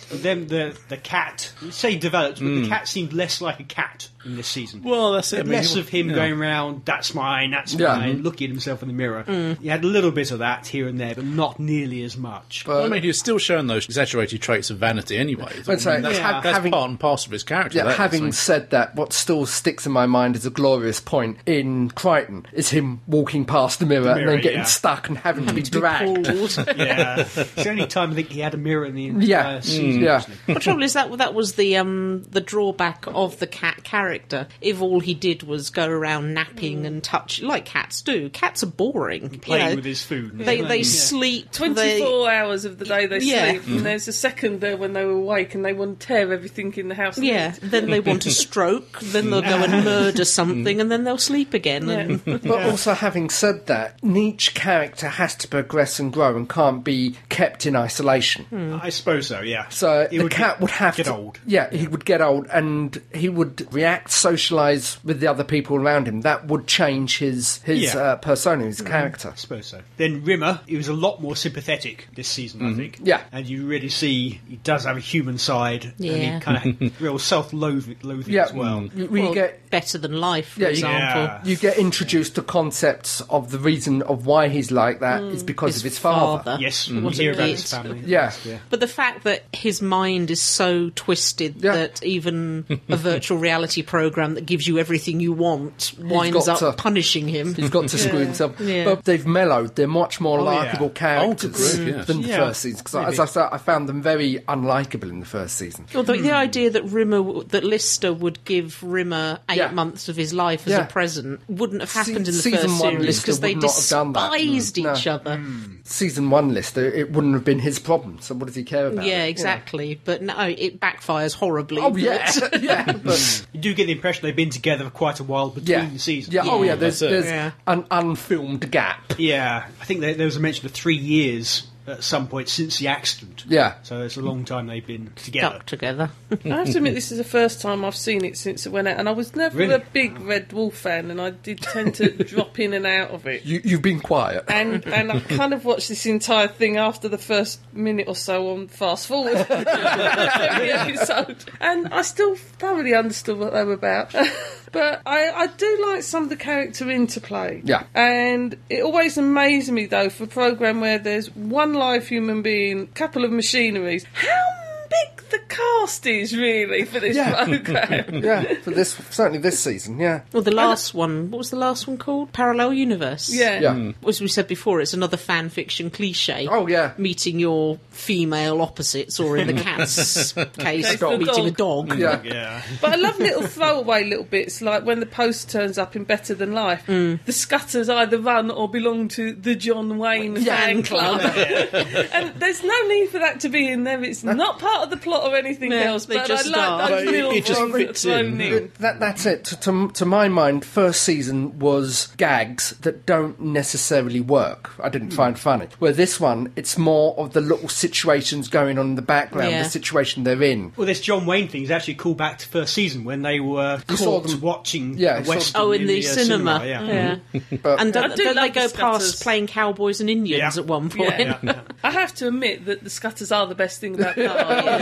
Speaker 4: Then the the cat, you say developed, but the cat seemed less like a cat in this season.
Speaker 1: Mm. Well, that's it. I mean,
Speaker 4: less
Speaker 1: he-
Speaker 4: of him
Speaker 1: yeah.
Speaker 4: going round, that's mine, that's
Speaker 5: Yeah.
Speaker 1: Mm-hmm.
Speaker 4: mine, looking at himself in the mirror. You had a little bit of that here and there, but not nearly as much.
Speaker 1: I mean, he's still showing those exaggerated traits of vanity anyway. I mean,
Speaker 5: That's right.
Speaker 1: that's
Speaker 5: Yeah.
Speaker 1: that's
Speaker 5: Having-
Speaker 1: part and parcel of his character.
Speaker 5: Yeah,
Speaker 1: that is,
Speaker 5: having
Speaker 1: I
Speaker 5: said that, what still sticks in my mind as a glorious point in Crichton is him walking past the mirror, and
Speaker 4: mirror,
Speaker 5: then getting
Speaker 4: yeah.
Speaker 5: stuck and having to be dragged.
Speaker 3: Pulled.
Speaker 4: yeah, it's the only time I think he had a mirror in the entire
Speaker 1: Mm.
Speaker 5: Yeah,
Speaker 4: Uh,
Speaker 5: Mm.
Speaker 4: season.
Speaker 5: yeah.
Speaker 3: The trouble is that that was the um, the drawback of the cat character. If all he did was go around napping and touch, like cats do, cats are boring.
Speaker 4: Playing
Speaker 3: you know.
Speaker 4: with his food. and
Speaker 3: They
Speaker 4: stuff.
Speaker 3: they
Speaker 4: Yeah.
Speaker 3: sleep. they-
Speaker 2: 24 hours of the day they
Speaker 3: Yeah.
Speaker 2: sleep,
Speaker 1: Hmm.
Speaker 2: and there's a second there when they were awake and they want to tear everything in the house. Ah.
Speaker 3: yeah. Then they want a stroke. Then they'll go and murder something, and then they'll sleep again. And
Speaker 2: Yeah.
Speaker 5: But also, having said that, each character has to progress and grow and can't be kept in isolation.
Speaker 4: I suppose so, yeah.
Speaker 5: So
Speaker 4: It
Speaker 5: the
Speaker 4: would
Speaker 5: cat
Speaker 4: get-
Speaker 5: would have
Speaker 4: get
Speaker 5: to,
Speaker 4: old.
Speaker 5: Yeah, he would get old, and he would react, socialise with the other people around him. That would change his his
Speaker 4: Yeah.
Speaker 5: uh, persona, his character.
Speaker 4: I suppose so. Then Rimmer, he was a lot more sympathetic this season, I think.
Speaker 5: Mm-hmm. Yeah.
Speaker 4: And you really see he does have a human side. And
Speaker 3: Yeah.
Speaker 4: he kind of real self loathing
Speaker 5: Yeah, Mm.
Speaker 4: as well.
Speaker 5: you, we
Speaker 3: well,
Speaker 5: get
Speaker 3: better than life, for
Speaker 5: Yeah, you-
Speaker 3: example.
Speaker 4: Yeah.
Speaker 5: you get introduced to concepts of the reason of why he's like that is because
Speaker 3: Mm. His
Speaker 5: of his father.
Speaker 4: Yes,
Speaker 3: Mm.
Speaker 4: we
Speaker 3: What a
Speaker 4: hear about
Speaker 3: git.
Speaker 4: his family.
Speaker 5: Yeah.
Speaker 3: But the fact that his mind is so twisted
Speaker 5: Yeah.
Speaker 3: that even a virtual reality program that gives you everything you want winds
Speaker 5: got
Speaker 3: up
Speaker 5: to-
Speaker 3: punishing him.
Speaker 5: He's got to screw himself,
Speaker 3: Yeah.
Speaker 5: but they've mellowed. They're much more
Speaker 4: Oh, yeah.
Speaker 5: likable characters
Speaker 1: Oh, good grief, yes.
Speaker 5: than the
Speaker 4: Yeah,
Speaker 5: first season. Because, as I said, I found them very unlikable in the first season.
Speaker 3: Although the idea that Rimmer, w- that Lister would give Rimmer eight
Speaker 5: Yeah.
Speaker 3: months of his life as
Speaker 5: Yeah.
Speaker 3: a present wouldn't have happened in the
Speaker 5: season
Speaker 3: first
Speaker 5: one,
Speaker 3: series
Speaker 5: Lister
Speaker 3: because they
Speaker 5: would not have done that.
Speaker 3: despised
Speaker 5: Mm.
Speaker 3: each
Speaker 5: No.
Speaker 3: other.
Speaker 5: Season one list, it- it wouldn't have been his problem. So, what does he care about?
Speaker 3: Yeah,
Speaker 5: it?
Speaker 3: exactly. But no, it backfires horribly.
Speaker 5: Oh yeah,
Speaker 3: but-
Speaker 5: yeah. but-
Speaker 4: You do get the impression they've been together for quite a while between
Speaker 5: yeah.
Speaker 4: seasons.
Speaker 5: yeah. Oh yeah. There's,
Speaker 1: That's it.
Speaker 5: there's
Speaker 3: Yeah.
Speaker 5: an unfilmed gap.
Speaker 4: Yeah, I think there, there was a mention of three years at some point since the accident.
Speaker 5: Yeah.
Speaker 4: So it's a long time they've been together.
Speaker 3: Stuck together.
Speaker 2: I have to admit, this is the first time I've seen it since it went out, and I was never
Speaker 4: Really?
Speaker 2: a big Red Wolf fan, and I did tend to drop in and out of it.
Speaker 5: You, you've been quiet.
Speaker 2: And and I kind of watched this entire thing after the first minute or so on fast forward every episode, and I still thoroughly understood what they were about. but I, I do like some of the character interplay.
Speaker 5: Yeah.
Speaker 2: And it always amazed me though for a program where there's one live human being, couple of machineries. How big the cast is really for this
Speaker 5: Yeah.
Speaker 2: program?
Speaker 5: Yeah, for this certainly this season. Yeah,
Speaker 3: Well, the last one, what was the last one called? Parallel Universe. Mm.
Speaker 2: yeah.
Speaker 5: yeah.
Speaker 3: As we said before, it's another fan fiction cliche.
Speaker 5: Oh yeah.
Speaker 3: Meeting your female opposites, or in the cat's case,
Speaker 2: Dog.
Speaker 3: meeting a dog.
Speaker 5: Yeah.
Speaker 4: Yeah.
Speaker 2: But I love little throwaway little bits, like when the post turns up in Better Than Life,
Speaker 3: Mm.
Speaker 2: the scutters either run or belong to the John Wayne fan club. and there's no need for that to be in there. It's not part of the plot or anything
Speaker 3: No,
Speaker 2: else,
Speaker 3: they
Speaker 2: but
Speaker 3: just
Speaker 2: I
Speaker 3: are.
Speaker 2: like
Speaker 1: But
Speaker 2: that
Speaker 1: it-
Speaker 2: little
Speaker 1: it just
Speaker 2: throw-
Speaker 1: fits
Speaker 2: thrown
Speaker 1: in.
Speaker 2: in.
Speaker 5: That, that's it. To, to, to my mind, first season was gags that don't necessarily work. I didn't
Speaker 2: Hmm.
Speaker 5: find funny. Where this one, it's more of the little situations going on in the background,
Speaker 3: Yeah.
Speaker 5: the situation they're in.
Speaker 4: Well, this John Wayne thing is actually called back to first season when they were
Speaker 5: You saw
Speaker 4: caught
Speaker 5: them-
Speaker 4: watching
Speaker 5: Yeah,
Speaker 4: a
Speaker 5: you saw-
Speaker 4: Western
Speaker 3: Oh, in the,
Speaker 4: uh,
Speaker 3: cinema.
Speaker 4: yeah. Mm-hmm.
Speaker 3: Yeah.
Speaker 5: But
Speaker 3: And uh,
Speaker 2: I
Speaker 3: then,
Speaker 2: do
Speaker 3: then they
Speaker 2: love
Speaker 3: go
Speaker 2: the
Speaker 3: past
Speaker 2: scatters.
Speaker 3: playing cowboys and Indians
Speaker 4: Yeah.
Speaker 3: at one point.
Speaker 2: Yeah. I have to admit that the scutters are the best thing about that.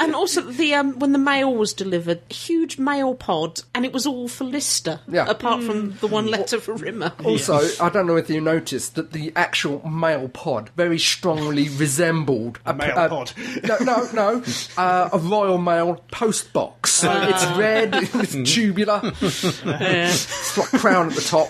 Speaker 3: And also the um, when the mail was delivered, huge mail pod, and it was all for Lister.
Speaker 5: Yeah. Mm.
Speaker 3: Apart from the one letter for Rimmer.
Speaker 5: also, uh, I don't know whether you noticed that the actual male pod very strongly resembled a,
Speaker 4: male
Speaker 5: a-
Speaker 4: pod.
Speaker 5: No, no, no, uh, a Royal Mail post box. So
Speaker 4: Ah.
Speaker 5: it's red,
Speaker 4: Mm.
Speaker 5: it's tubular,
Speaker 3: Yeah.
Speaker 5: it's like crown at the top.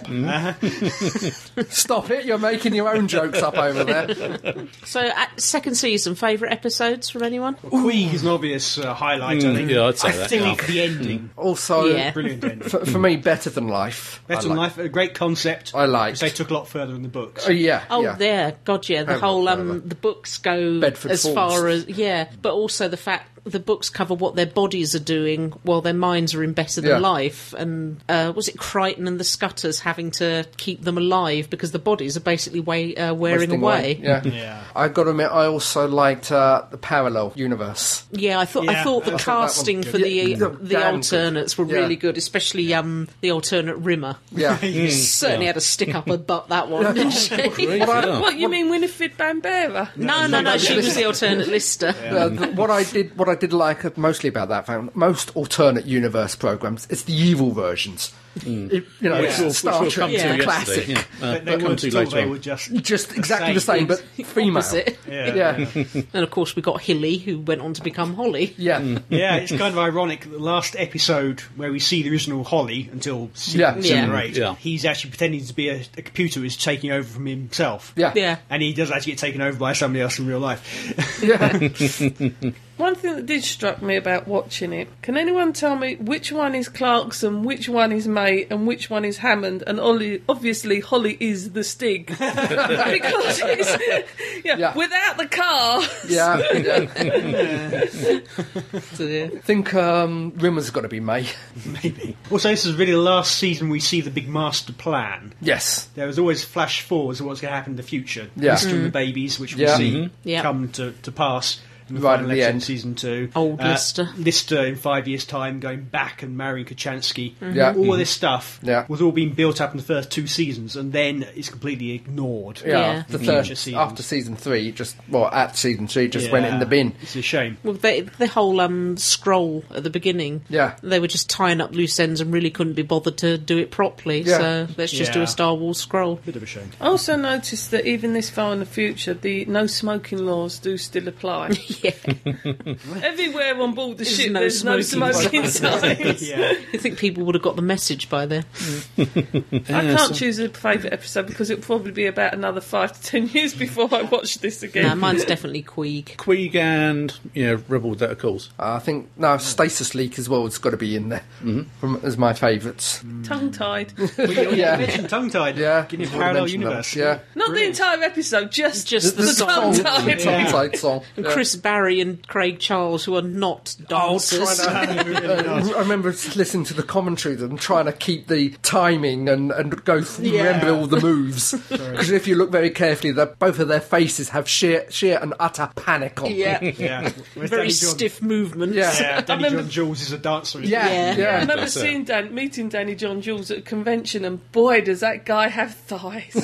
Speaker 4: Mm.
Speaker 5: Stop it! You're making your own jokes up over there.
Speaker 3: So, uh, second season, favourite episodes from anyone?
Speaker 4: Queeg is an obvious uh, highlight, I think.
Speaker 1: Mm, yeah, I'd say
Speaker 4: I
Speaker 1: that,
Speaker 4: think
Speaker 1: yeah.
Speaker 4: the ending.
Speaker 5: Also,
Speaker 3: Yeah.
Speaker 4: Brilliant ending.
Speaker 5: for, for me, better than life.
Speaker 4: Better
Speaker 5: I
Speaker 4: than
Speaker 5: like-
Speaker 4: Life, a great concept.
Speaker 5: I liked.
Speaker 4: which They took a lot further in the books.
Speaker 5: Oh yeah.
Speaker 3: Oh,
Speaker 5: yeah.
Speaker 3: there, God, yeah. The
Speaker 5: Oh,
Speaker 3: whole
Speaker 5: whatever.
Speaker 3: um, the books go
Speaker 5: Bedford
Speaker 3: as
Speaker 5: Falls.
Speaker 3: far as yeah, but also the fact the books cover what their bodies are doing while their minds are in better than
Speaker 5: Yeah.
Speaker 3: life. And uh, was it Crichton and the Scutters having to keep them alive because the bodies are basically way, uh, wearing
Speaker 5: Wasting
Speaker 3: away?
Speaker 5: away. Yeah.
Speaker 4: Yeah.
Speaker 5: I got to admit, I also liked uh, the parallel universe.
Speaker 3: Yeah, I thought
Speaker 4: Yeah,
Speaker 3: I
Speaker 5: thought
Speaker 4: I
Speaker 3: thought the
Speaker 5: that one-
Speaker 3: casting for
Speaker 5: Yeah,
Speaker 3: the
Speaker 5: yeah,
Speaker 3: the
Speaker 5: damn
Speaker 3: alternates were
Speaker 5: good. Yeah.
Speaker 3: really good, especially um the alternate Rimmer.
Speaker 5: Yeah.
Speaker 3: She certainly had a stick up her butt that one. didn't she?
Speaker 1: yeah.
Speaker 2: What you mean, Winifred Bambera?
Speaker 3: No, no, no. She was the alternate lister.
Speaker 5: Uh, th- what I did, what I did like uh, mostly about that film, most alternate universe programs, it's the evil versions.
Speaker 4: Mm.
Speaker 5: It- you know,
Speaker 1: Which
Speaker 5: it's
Speaker 1: we'll, which
Speaker 5: Star
Speaker 1: we'll
Speaker 5: Trek
Speaker 1: come to
Speaker 3: Yeah.
Speaker 1: yesterday.
Speaker 5: classic.
Speaker 1: Yeah. Uh,
Speaker 4: But they
Speaker 1: come
Speaker 4: were
Speaker 1: to
Speaker 4: thought
Speaker 1: later
Speaker 4: they
Speaker 1: on.
Speaker 4: were just
Speaker 5: Just exactly the same, but female.
Speaker 3: Opposite.
Speaker 4: Yeah. yeah.
Speaker 5: Yeah, yeah.
Speaker 3: And of course, we got Hilly, who went on to become Holly.
Speaker 4: it's kind of ironic that the last episode where we see the original Holly until se-
Speaker 5: Yeah.
Speaker 4: season
Speaker 3: Yeah.
Speaker 4: eight,
Speaker 1: Yeah.
Speaker 4: he's actually pretending to be a, a computer is taking over from himself.
Speaker 5: Yeah.
Speaker 3: Yeah.
Speaker 4: And he does actually get taken over by somebody else in real life.
Speaker 2: One thing that did struck me about watching it: can anyone tell me which one is Clarkson, which one is May, and which one is Hammond? And Ollie, obviously, Holly is the Stig because it's, yeah,
Speaker 5: Yeah.
Speaker 2: without the car.
Speaker 5: yeah, yeah.
Speaker 3: So, yeah.
Speaker 5: I think um, Rimmer's got to be May.
Speaker 4: Maybe. Also, this is really the last season we see the big master plan.
Speaker 5: Yes,
Speaker 4: There was always flash forwards of what's going to happen in the future.
Speaker 5: Yeah.
Speaker 4: Lister and the babies, which
Speaker 5: Yeah. Mm-hmm.
Speaker 4: we see
Speaker 3: Mm. Yeah.
Speaker 4: come to, to pass in the
Speaker 5: Right
Speaker 4: final
Speaker 5: at the
Speaker 4: episode of
Speaker 5: end.
Speaker 4: season two. Uh,
Speaker 3: Old Lister.
Speaker 4: Lister in five years' time going back and marrying Kachansky.
Speaker 3: Mm-hmm.
Speaker 5: Yeah. Mm-hmm.
Speaker 4: All of this stuff
Speaker 5: Yeah.
Speaker 4: was all being built up in the first two seasons and then it's completely ignored.
Speaker 5: yeah. Mm-hmm. Ah.
Speaker 3: Yeah.
Speaker 5: The
Speaker 4: Future
Speaker 5: third
Speaker 4: seasons.
Speaker 5: after season three, it just well, at season three, it just went in the bin.
Speaker 4: It's a shame.
Speaker 3: Well, they, the whole um, scroll at the beginning,
Speaker 5: Yeah.
Speaker 3: they were just tying up loose ends and really couldn't be bothered to do it properly.
Speaker 5: Yeah.
Speaker 3: So let's just do
Speaker 4: Yeah.
Speaker 3: a Star Wars scroll.
Speaker 4: Bit of a shame.
Speaker 2: I also noticed that even this far in the future, the no smoking laws do still apply.
Speaker 3: Yeah,
Speaker 2: Everywhere on board the
Speaker 3: There's
Speaker 2: ship,
Speaker 3: no
Speaker 2: there's no smoking
Speaker 3: smoking.
Speaker 2: signs.
Speaker 4: Yeah. Mm.
Speaker 3: you think people would have got the message by then?
Speaker 2: I can't choose a favourite episode because it'll probably be about another five to ten years before I watch this again.
Speaker 3: No, mine's definitely Queeg.
Speaker 1: Queeg and yeah, Rebel without a cause.
Speaker 5: Uh, I think no stasis leak as well. It's got to be in there
Speaker 4: Mm-hmm.
Speaker 5: from, as my favourites.
Speaker 4: Mm.
Speaker 2: Tongue tied.
Speaker 5: Yeah,
Speaker 4: Tongue tied.
Speaker 5: yeah.
Speaker 4: Getting a
Speaker 5: Already mentioned
Speaker 4: parallel
Speaker 5: that.
Speaker 4: universe.
Speaker 5: Yeah.
Speaker 2: Not the entire episode, just
Speaker 3: Just the,
Speaker 5: The
Speaker 3: song.
Speaker 5: song,
Speaker 2: tongue
Speaker 5: the
Speaker 2: tied.
Speaker 5: tongue tied song.
Speaker 3: And
Speaker 5: Yeah.
Speaker 3: Chris Barry and Craig Charles, who are not dancers.
Speaker 5: I remember listening to the commentary them trying to keep the timing and, and go th- remember all the moves. Because if you look very carefully, that both of their faces have sheer sheer and utter panic on. them.
Speaker 3: yeah,
Speaker 4: Yeah. Whereas
Speaker 3: very
Speaker 4: Danny John-
Speaker 3: stiff movements.
Speaker 5: Yeah.
Speaker 4: Yeah, Danny
Speaker 2: remember-
Speaker 4: John Jules is a dancer. isn't he?
Speaker 5: yeah,
Speaker 3: Yeah.
Speaker 5: yeah.
Speaker 2: I remember seeing Dan, meeting Danny John Jules at a convention, and boy, does that guy have thighs!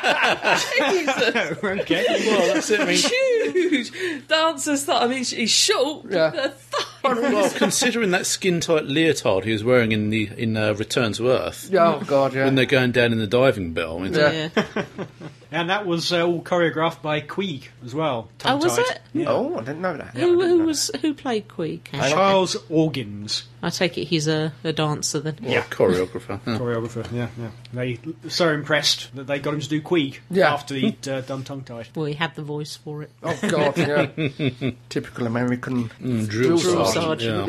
Speaker 2: Jesus,
Speaker 4: okay.
Speaker 1: Well, that's it. I mean,
Speaker 2: huge dancers. That I mean, he's short.
Speaker 5: Yeah.
Speaker 2: but the thighs.
Speaker 1: well, considering that skin-tight leotard he was wearing in the in uh, Return to Earth
Speaker 5: Yeah, Oh god, yeah.
Speaker 1: when they're going down in the diving bell. I mean,
Speaker 5: Yeah.
Speaker 3: Yeah.
Speaker 4: And that was uh, all choreographed by Queeg as well.
Speaker 3: Oh, was
Speaker 4: tongue-tied.
Speaker 3: it?
Speaker 5: Oh, I didn't know that. Yeah, I
Speaker 3: Who,
Speaker 5: didn't
Speaker 3: who
Speaker 5: know
Speaker 3: was who played Queeg?
Speaker 4: Charles Organs,
Speaker 3: I take it he's a, a dancer then.
Speaker 1: or a choreographer. Huh.
Speaker 4: choreographer. Yeah, yeah. They were so impressed that they got him to do Queeg
Speaker 5: Yeah.
Speaker 4: after he'd uh, done tongue tied.
Speaker 3: Well, he had the voice for it.
Speaker 5: that. Oh god, yeah. Typical American.
Speaker 1: Mm, Drill,
Speaker 5: Drill
Speaker 3: sergeant.
Speaker 1: sergeant.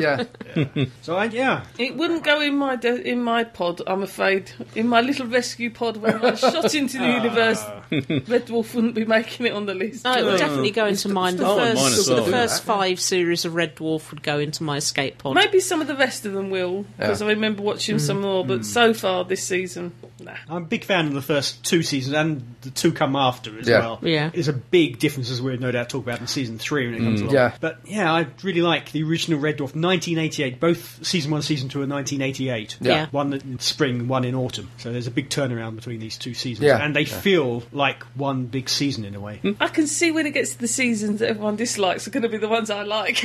Speaker 1: Yeah.
Speaker 5: Yeah,
Speaker 4: So I, yeah,
Speaker 2: It wouldn't go in my de- in my pod, I'm afraid. In my little rescue pod when I was shot into the universe Red Dwarf wouldn't be making it on the list.
Speaker 3: No, Oh, it would definitely go into mine. The
Speaker 2: Oh,
Speaker 3: first,
Speaker 2: mine as well,
Speaker 3: the
Speaker 2: yeah.
Speaker 3: first five series of Red Dwarf would go into my escape pod.
Speaker 2: Maybe some of the rest of them will, because I remember watching some more, but so far this season, nah.
Speaker 4: Mm. I'm a big fan of the first two seasons and the two come after as
Speaker 5: Yeah.
Speaker 4: well.
Speaker 3: Yeah.
Speaker 4: There's a big difference, as we'll no doubt talk about in season three when it comes
Speaker 5: Mm,
Speaker 4: along.
Speaker 5: Yeah.
Speaker 4: But yeah, I really like the original Red Dwarf, 1988. Both season one and season two are 1988.
Speaker 3: Yeah. Yeah.
Speaker 4: One in spring, one in autumn. So there's a big turnaround between these two seasons.
Speaker 5: Yeah. Hmm.
Speaker 4: And they feel like one big season in a way.
Speaker 2: I can see when it gets to the seasons that everyone dislikes are going to be the ones I like.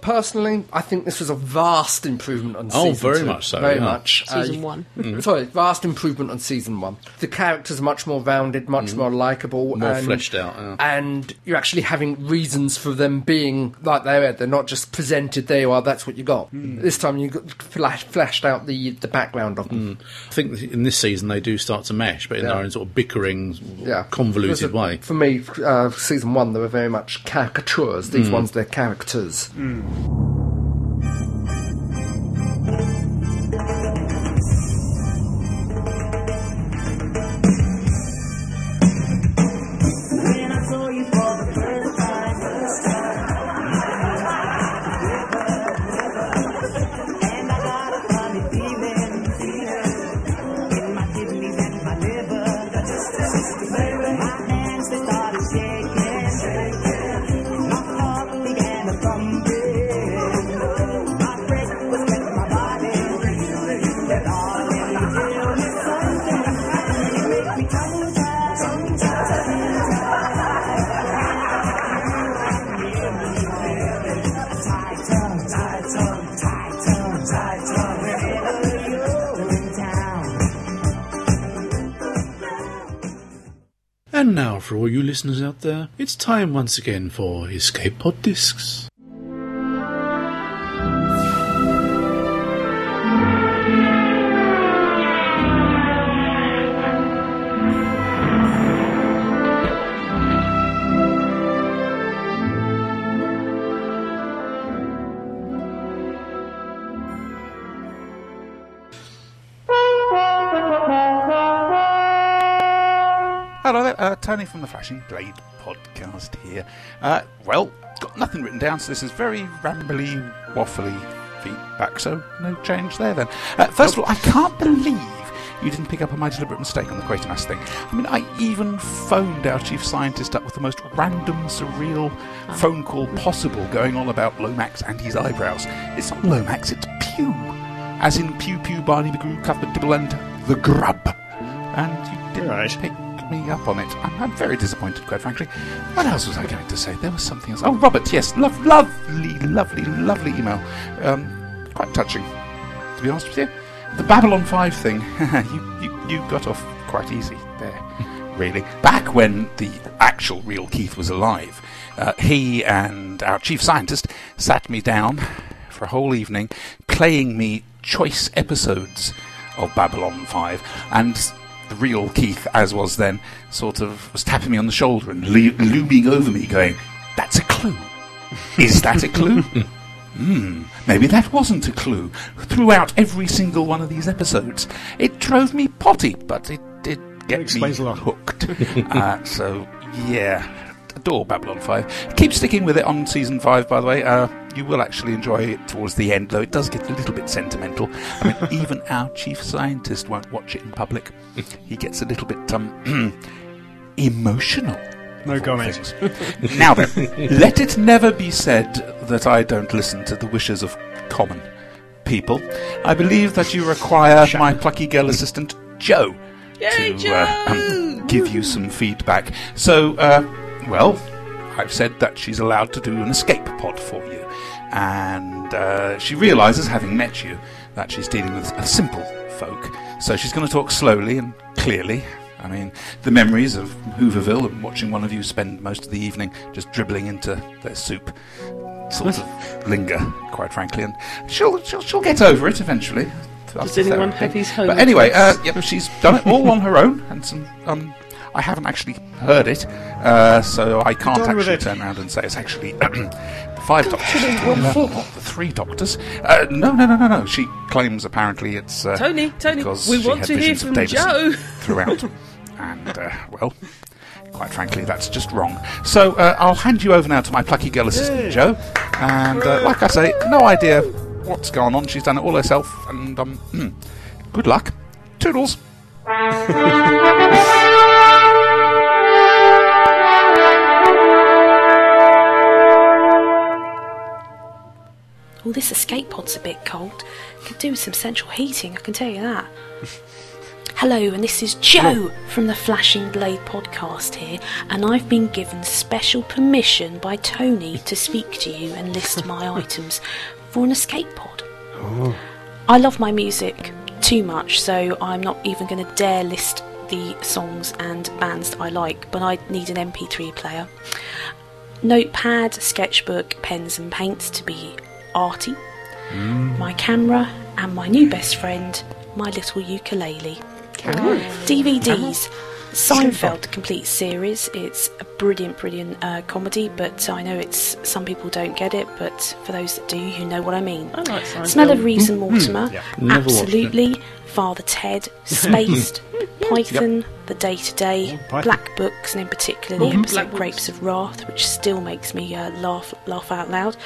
Speaker 5: Personally, I think this was a vast improvement on
Speaker 1: Oh,
Speaker 5: season
Speaker 1: very
Speaker 5: two.
Speaker 1: much so,
Speaker 5: Very
Speaker 1: yeah. Mm.
Speaker 5: much.
Speaker 3: Season one.
Speaker 5: Sorry, vast improvement on season one. The characters are much more rounded, much more likable,
Speaker 1: Mm. More
Speaker 5: and,
Speaker 1: fleshed out, yeah.
Speaker 5: and you're actually having reasons for them being like they are. They're not just presented. There you are. That's what you got. This time you got flash, fleshed out the the background of them.
Speaker 1: I think in this season they do start to mesh, but in
Speaker 5: Yeah.
Speaker 1: their own sort of bickering,
Speaker 5: Yeah,
Speaker 1: convoluted
Speaker 5: Because, uh,
Speaker 1: way.
Speaker 5: For me, uh, season one they were very much caricatures. These ones they're characters.
Speaker 1: And now, for all you listeners out there, it's time once again for Escape Pod Discs.
Speaker 7: Hello there, uh, Tony from the Flashing Blade podcast here. Uh, well, got nothing written down, so this is very rambly, waffly feedback, so no change there then. Uh, first of all, I can't believe you didn't pick up on my deliberate mistake on the Quatermass thing. I mean, I even phoned our chief scientist up with the most random, surreal phone call possible going on about Lomax and his eyebrows. It's not Lomax, it's Pew. As in Pew Pew, Barney the Grue, Cuthbert Dibble, and the Grub and you didn't pick me up on it. I'm, I'm very disappointed, quite frankly. What else was I going to say? There was something else. Oh, Robert, yes, lov lovely, lovely, lovely email. Um, quite touching, to be honest with you. The Babylon 5 thing, you, you, you got off quite easy there, really. Back when the actual real Keith was alive, uh, he and our chief scientist sat me down for a whole evening playing me choice episodes of Babylon 5, and the real Keith, as was then, sort of was tapping me on the shoulder and loo- looming over me, going, That's a clue. Is that a clue? Hmm, maybe that wasn't a clue. Throughout every single one of these episodes, it drove me potty, but it did get
Speaker 4: explains
Speaker 7: me
Speaker 4: a lot.
Speaker 7: hooked. uh, so, yeah, adore Babylon 5. Keep sticking with it on season 5, by the way. Uh, you will actually enjoy it towards the end, though it does get a little bit sentimental. I mean, even our chief scientist won't watch it in public. He gets a little bit um, emotional.
Speaker 4: No comment.
Speaker 7: Things. now then, let it never be said that I don't listen to the wishes of common people. I believe that you require my plucky girl assistant, Joe,
Speaker 2: Yay,
Speaker 7: to uh, um, give you some feedback. So, uh, well, I've said that she's allowed to do an escape pod for you, and uh, she realizes, having met you, that she's dealing with a simple folk. So she's going to talk slowly and clearly. I mean, the memories of Hooverville and watching one of you spend most of the evening just dribbling into their soup sort of linger, quite frankly, and she'll she'll, she'll get over it eventually. after
Speaker 2: anyone
Speaker 7: therapy.
Speaker 2: have his
Speaker 7: But
Speaker 2: homework
Speaker 7: anyway, uh,
Speaker 2: notes?
Speaker 7: yep, she's done it all on her own, and some. Um, I haven't actually heard it, uh, so I can't
Speaker 4: Done with
Speaker 7: actually
Speaker 4: it.
Speaker 7: turn around and say it's actually the five doctors, the three doctors. Uh, no, no, no, no, no. She claims apparently it's uh,
Speaker 2: Tony, Tony,
Speaker 7: because
Speaker 2: we
Speaker 7: she
Speaker 2: want
Speaker 7: had
Speaker 2: to hear
Speaker 7: visions of
Speaker 2: from
Speaker 7: Davison
Speaker 2: Joe.
Speaker 7: throughout. and, uh, well, quite frankly, that's just wrong. So uh, I'll hand you over now to my plucky girl assistant, Joe. And, uh, like I say, no idea what's gone on. She's done it all herself, and, um, hmm. good luck. Toodles.
Speaker 8: Well, this escape pod's a bit cold. Could do with some central heating, I can tell you that. Hello, and this is Joe from the Flashing Blade podcast here, and I've been given special permission by Tony to speak to you and list my items for an escape pod. I love my music too much, so I'm not even going to dare list the songs and bands that I like, but I need an MP3 player notepad, sketchbook, pens and paints to be arty, my camera, and my new best friend, my little ukulele. DVDs. Seinfeld complete series. It's a brilliant, brilliant uh, comedy, but I know it's some people don't get it. But for those that do, you know what I mean.
Speaker 2: I like Seinfeld.
Speaker 8: Smell of Reason, Mortimer.
Speaker 9: Mm-hmm. Never watched it.
Speaker 8: Absolutely. Father Ted. Spaced. Python. The Day to Day.
Speaker 4: Python.
Speaker 8: Black Books, and in particular
Speaker 2: Oh,
Speaker 8: the episode
Speaker 2: Black Books.
Speaker 8: Grapes of Wrath, which still makes me uh, laugh laugh out loud.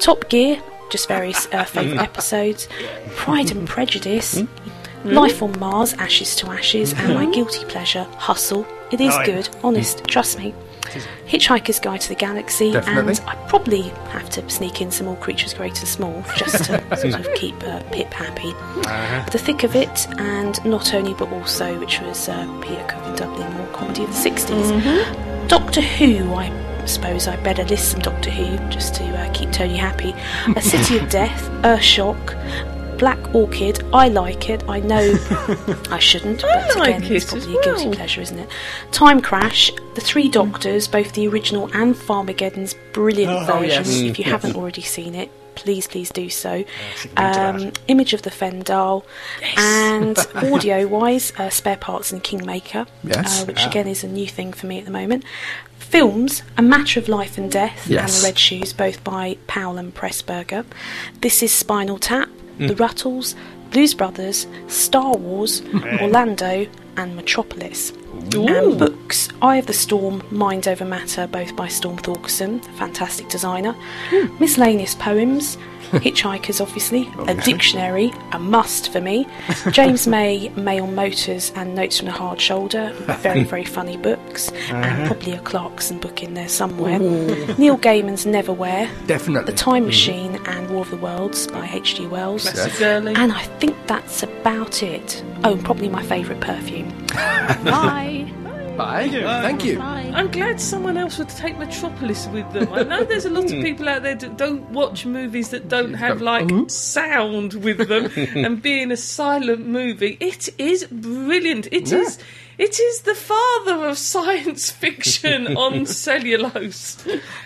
Speaker 8: Top Gear, just various uh, favourite episodes. Pride and Prejudice. Hmm? Life on Mars, Ashes to Ashes, and my guilty pleasure, Hustle. It is
Speaker 4: Oh, yeah.
Speaker 8: good, honest, trust me. Hitchhiker's Guide to the Galaxy,
Speaker 5: Definitely.
Speaker 8: and I probably have to sneak in some more creatures great and small just to sort of keep uh, Pip happy. The Thick of It, and Not Only But Also, which was uh, Peter Cook and Dublin Moore comedy of the 60s. Doctor Who, I suppose I better list some Doctor Who just to uh, keep Tony happy. A City of Death, Earthshock, Black Orchid, I like it. I know I shouldn't, but
Speaker 2: like
Speaker 8: again, it's
Speaker 2: it as
Speaker 8: probably a guilty
Speaker 2: well. Mm.
Speaker 8: pleasure, isn't it? Time Crash, The Three Doctors, both the original and Farmageddon's brilliant
Speaker 2: Oh,
Speaker 8: versions. If you
Speaker 2: Mm.
Speaker 8: haven't already seen it, please, please do so. Um, Image of the Fendal, and audio wise, uh, Spare Parts and Kingmaker,
Speaker 5: Yes.
Speaker 8: uh, which again is a new thing for me at the moment. Films, A Matter of Life and Death,
Speaker 5: Yes.
Speaker 8: and The Red Shoes, both by Powell and Pressburger. This is Spinal Tap, The Ruttles, Blues Brothers, Star Wars, Orlando, and Metropolis. And books Eye of the Storm, Mind Over Matter, both by Storm Thorgerson, fantastic designer. Miscellaneous poems, Hitchhikers, obviously, a dictionary, a must for me. James May, May on Motors, and Notes from a Hard Shoulder, very, very funny books,
Speaker 5: Uh-huh.
Speaker 8: and probably a Clarkson book in there somewhere. Neil Gaiman's Neverwhere,
Speaker 5: Definitely.
Speaker 8: The Time Machine, and War of the Worlds by H.G. Wells.
Speaker 2: That's a girly.
Speaker 8: And I think that's about it. Oh, and probably my favourite perfume. Bye.
Speaker 5: Bye. Thank you.
Speaker 2: I'm glad someone else would take Metropolis with them. I know there's a lot of people out there that don't watch movies that don't have like sound with them, and being a silent movie, it is brilliant. It is, It is the father of science fiction on cellulose,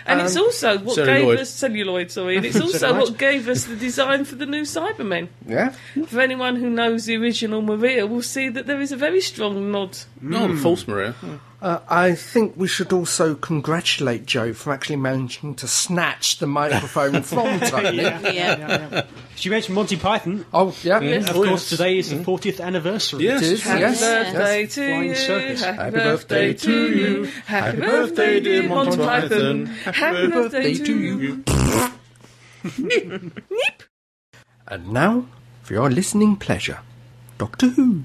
Speaker 2: and it's also what
Speaker 9: celluloid.
Speaker 2: gave us celluloid. Sorry, and it's also what gave us the design for the new Cybermen.
Speaker 5: Yeah.
Speaker 2: For anyone who knows the original Maria, will see that there is a very strong nod.
Speaker 9: No,
Speaker 1: Oh,
Speaker 9: the false Maria.
Speaker 5: Uh, I think we should also congratulate Joe for actually managing to snatch the microphone from Tony.
Speaker 4: She mentioned Monty Python. Mm-hmm.
Speaker 5: Oh, yeah.
Speaker 4: Of course, today is the 40th anniversary.
Speaker 9: Yes.
Speaker 5: It is,
Speaker 9: Happy
Speaker 5: yes.
Speaker 2: Happy birthday
Speaker 5: yes.
Speaker 2: to
Speaker 4: Flying
Speaker 2: you.
Speaker 4: circus.
Speaker 5: Happy
Speaker 2: Happy
Speaker 5: birthday
Speaker 2: birthday to
Speaker 5: to
Speaker 2: you. Happy
Speaker 9: birthday,
Speaker 2: birthday,
Speaker 9: dear
Speaker 2: dear Monty
Speaker 9: Monty
Speaker 2: Python.
Speaker 9: Python.
Speaker 2: Happy birthday to you.
Speaker 5: And now, for your listening pleasure, Doctor Who.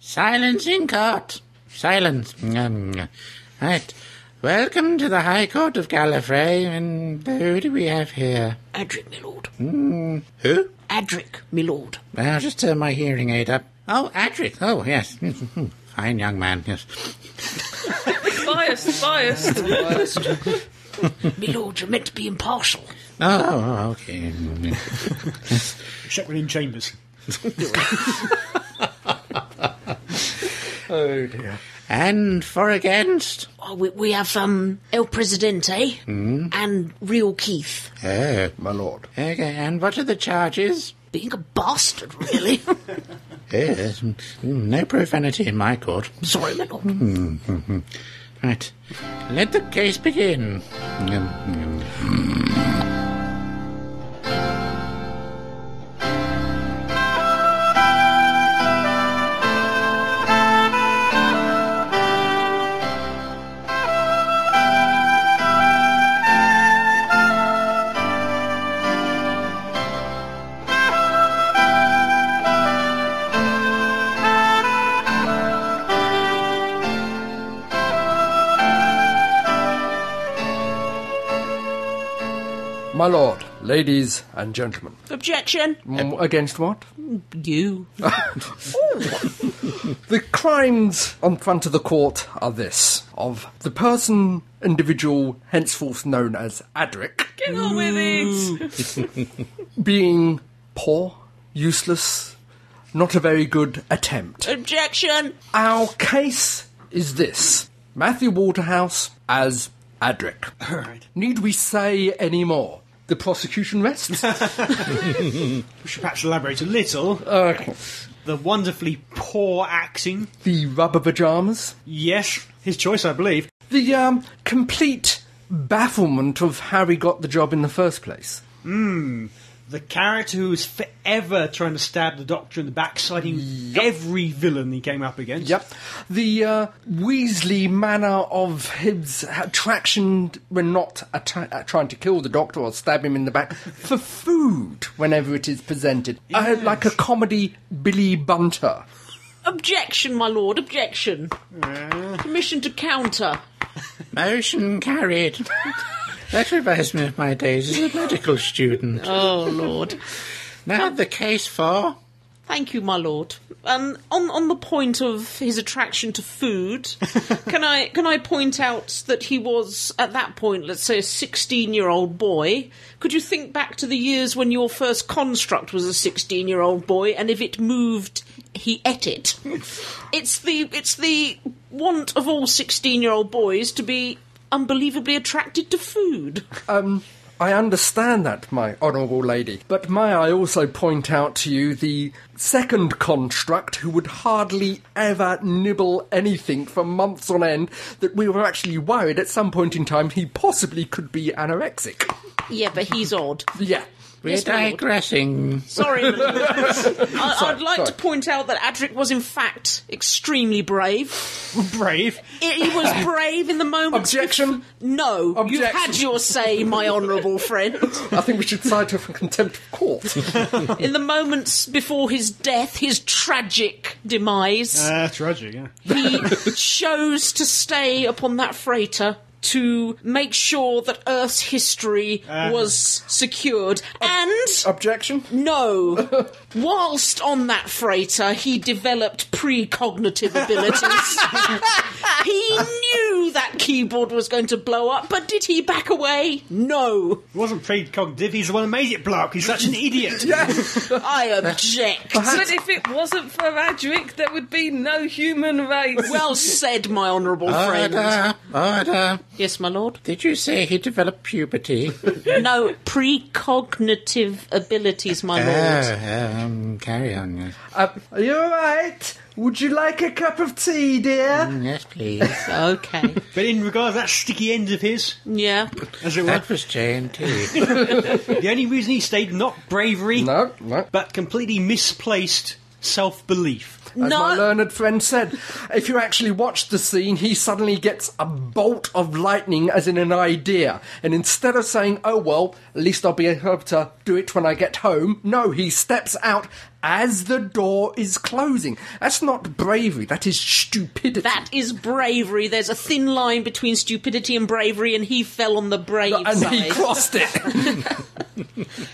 Speaker 9: Silence in court. Silence. Um, right. Welcome to the High Court of Gallifrey. And who do we have here? Hmm.
Speaker 3: Adric, my lord.
Speaker 9: Who?
Speaker 3: Adric, my lord.
Speaker 9: I'll just turn my hearing aid up. Oh, Adric. Oh, yes. Fine young man. Yes.
Speaker 2: Biased, biased.
Speaker 3: My lord, you're meant to be impartial.
Speaker 9: Oh, oh, okay.
Speaker 4: Except within chambers. Oh,
Speaker 9: and for against?
Speaker 3: Oh, we, we have um, El Presidente and Real Keith.
Speaker 9: Oh,
Speaker 5: My lord.
Speaker 9: okay. And what are the charges?
Speaker 3: Being a bastard, really.
Speaker 9: Yes. No profanity in my court.
Speaker 3: Sorry, my lord.
Speaker 9: Right. Let the case begin. Um, um.
Speaker 5: My lord, ladies and gentlemen.
Speaker 3: Objection.
Speaker 5: Mm, Against what?
Speaker 3: You.
Speaker 5: The crimes on front of the court are this of the person, individual, henceforth known as Adric,
Speaker 2: Get on with it.
Speaker 5: being poor, useless, not a very good attempt.
Speaker 3: Objection.
Speaker 5: Our case is this Matthew Waterhouse as Adric. Need we say any more? The prosecution rests?
Speaker 4: We should perhaps elaborate a little.
Speaker 5: Okay.
Speaker 4: The wonderfully poor acting.
Speaker 5: the rubber pajamas?
Speaker 4: Yes, his choice, I believe.
Speaker 5: The um, complete bafflement of how he got the job in the first place.
Speaker 4: Hmm. The character who is forever trying to stab the Doctor in the backside in every villain he came up against.
Speaker 5: Yep. The uh, Weasley manner of his attraction when not atta- uh, trying to kill the doctor or stab him in the back for food whenever it is presented. Uh, like a comedy Billy Bunter.
Speaker 3: Objection, my lord. Objection. Permission to counter.
Speaker 9: Motion carried. that reminds me of my days as a medical student.
Speaker 3: Oh lord.
Speaker 9: Now the case for.
Speaker 3: Thank you, my lord. Um, on on the point of his attraction to food, can I can I point out that he was at that point, let's say, a sixteen-year-old boy? Could you think back to the years when your first construct was a sixteen-year-old boy, and if it moved, he ate it? it's the it's the want of all sixteen-year-old boys to be unbelievably attracted to food.
Speaker 5: Um, I understand that, my honourable lady, but may I also point out to you the second construct who would hardly ever nibble anything for months on end that we were actually worried at some point in time he possibly could be anorexic.
Speaker 3: Yeah, but he's odd.
Speaker 5: Yeah.
Speaker 9: We're
Speaker 3: Yes, my lord.
Speaker 9: digressing.
Speaker 3: Sorry. I, I'd like to point out that Adric was, in fact, extremely brave.
Speaker 4: Brave.
Speaker 3: I- He was brave in the moment.
Speaker 5: Objection.
Speaker 3: No, you've
Speaker 5: Objection.
Speaker 3: had your say, my honourable friend.
Speaker 5: I think we should cite her for contempt of court.
Speaker 3: In the moments before his death, his tragic demise,
Speaker 4: Uh, tragic, yeah.
Speaker 3: he chose to stay upon that freighter to make sure that Earth's history was secured. And
Speaker 5: Objection?
Speaker 3: No. Whilst on that freighter, he developed precognitive abilities. he knew that keyboard was going to blow up, but did he back away? No.
Speaker 4: He wasn't precognitive, he's the one who made it blow up. He's such an idiot.
Speaker 3: I object.
Speaker 2: But if it wasn't for Adric, there would be no human race.
Speaker 3: well said, my honourable friend.
Speaker 9: Order, order.
Speaker 3: Yes, my lord.
Speaker 9: Ah, Did you say he developed puberty?
Speaker 3: No, precognitive abilities, my lord.
Speaker 9: oh, um, carry on. yes.
Speaker 5: Uh, are you alright? Would you like a cup of tea, dear?
Speaker 9: Yes, please.
Speaker 3: Okay.
Speaker 4: But in regard to that sticky end of his,
Speaker 3: Yeah.
Speaker 4: as it were,
Speaker 9: that was J and T.
Speaker 4: the only reason he stayed, not bravery,
Speaker 5: No, no.
Speaker 4: but completely misplaced self belief.
Speaker 5: As my
Speaker 3: No.
Speaker 5: learned friend said, if you actually watch the scene, he suddenly gets a bolt of lightning as in an idea. And instead of saying, oh well, at least I'll be able to do it when I get home, no, he steps out as the door is closing. That's not bravery, that is stupidity.
Speaker 3: That is bravery. There's a thin line between stupidity and bravery, and he fell on the brave
Speaker 5: and
Speaker 3: side.
Speaker 5: he crossed it.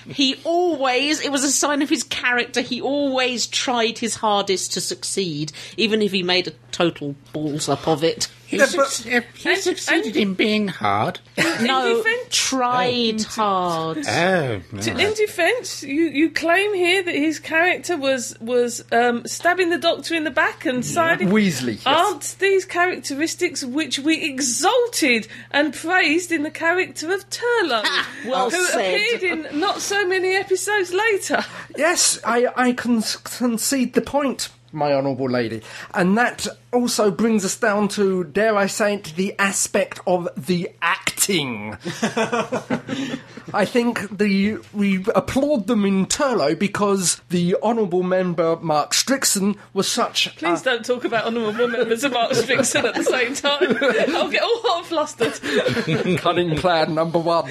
Speaker 3: He always, it was a sign of his character, he always tried his hardest to succeed, even if he made a total balls up of it.
Speaker 9: He,
Speaker 5: Yeah, but-
Speaker 9: suc- he succeeded in being hard.
Speaker 3: No,
Speaker 2: defense-
Speaker 3: tried hard.
Speaker 5: Eh?
Speaker 9: Oh, no.
Speaker 2: In defence, you, you claim here that his character was was um, stabbing the doctor in the back and siding.
Speaker 5: Weasley. yes.
Speaker 2: Aren't these characteristics which we exalted and praised in the character of Turlo,
Speaker 3: well
Speaker 2: who
Speaker 3: said.
Speaker 2: appeared in not so many episodes later?
Speaker 5: Yes, I, I can s- concede the point. my honourable lady. And that also brings us down to, dare I say it, the aspect of the acting. I think the we applaud them in Turlo because the honourable member Mark Strickson was such.
Speaker 2: Please don't talk about honourable members of Mark Strickson at the same time. I'll get all hot and flustered.
Speaker 5: cunning plan number one.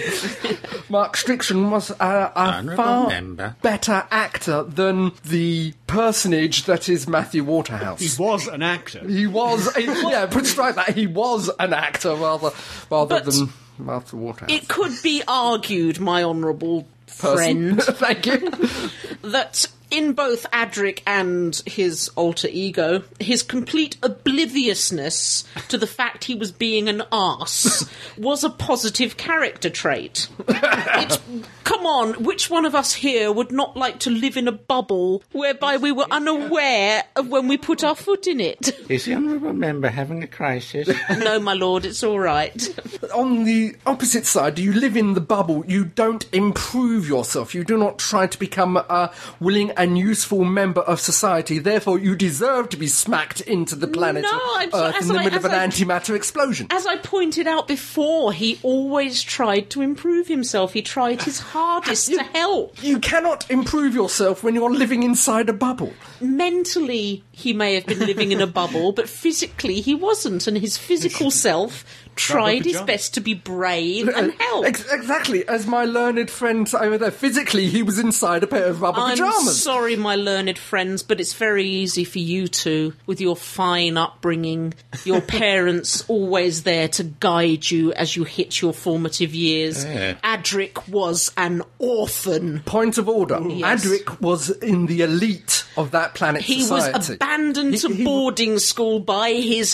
Speaker 5: Mark Strickson was a, a
Speaker 9: Honourable
Speaker 5: far
Speaker 9: member.
Speaker 5: better actor than the personage that is Matthew Waterhouse.
Speaker 4: He was an actor.
Speaker 5: He was, he, yeah, put strike that. He was an actor rather, rather
Speaker 3: But-
Speaker 5: than Martha Waterhouse.
Speaker 3: It could be argued, my honourable friend,
Speaker 5: Thank you.
Speaker 3: that in both Adric and his alter ego, his complete obliviousness to the fact he was being an ass was a positive character trait. It's, come on, which one of us here would not like to live in a bubble whereby we were unaware of when we put our foot in it?
Speaker 9: Is the honourable member having a crisis?
Speaker 3: no, my lord, it's all right.
Speaker 5: On the opposite side, you live in the bubble. You don't improve yourself. You do not try to become a willing and useful member of society. Therefore, you deserve to be smacked into the planet
Speaker 3: No, I'm so-
Speaker 5: Earth
Speaker 3: as
Speaker 5: in the
Speaker 3: I-
Speaker 5: middle of
Speaker 3: as
Speaker 5: an
Speaker 3: I-
Speaker 5: antimatter explosion.
Speaker 3: As I pointed out before, he always tried to improve himself. He tried his hardest to help.
Speaker 5: You cannot improve yourself when you're living inside a bubble.
Speaker 3: Mentally, he may have been living in a bubble, but physically, he wasn't. And his physical self tried his
Speaker 4: pajamas.
Speaker 3: best to be brave and help.
Speaker 5: Ex- exactly, as my learned friend over there, physically he was inside a pair of rubber
Speaker 3: I'm
Speaker 5: pajamas.
Speaker 3: sorry, my learned friends, but it's very easy for you two, with your fine upbringing, your parents always there to guide you as you hit your formative years. Adric was an orphan.
Speaker 5: Point of order:
Speaker 3: Yes.
Speaker 5: Adric was in the elite of that planet
Speaker 3: He
Speaker 5: society.
Speaker 3: was abandoned to boarding school by his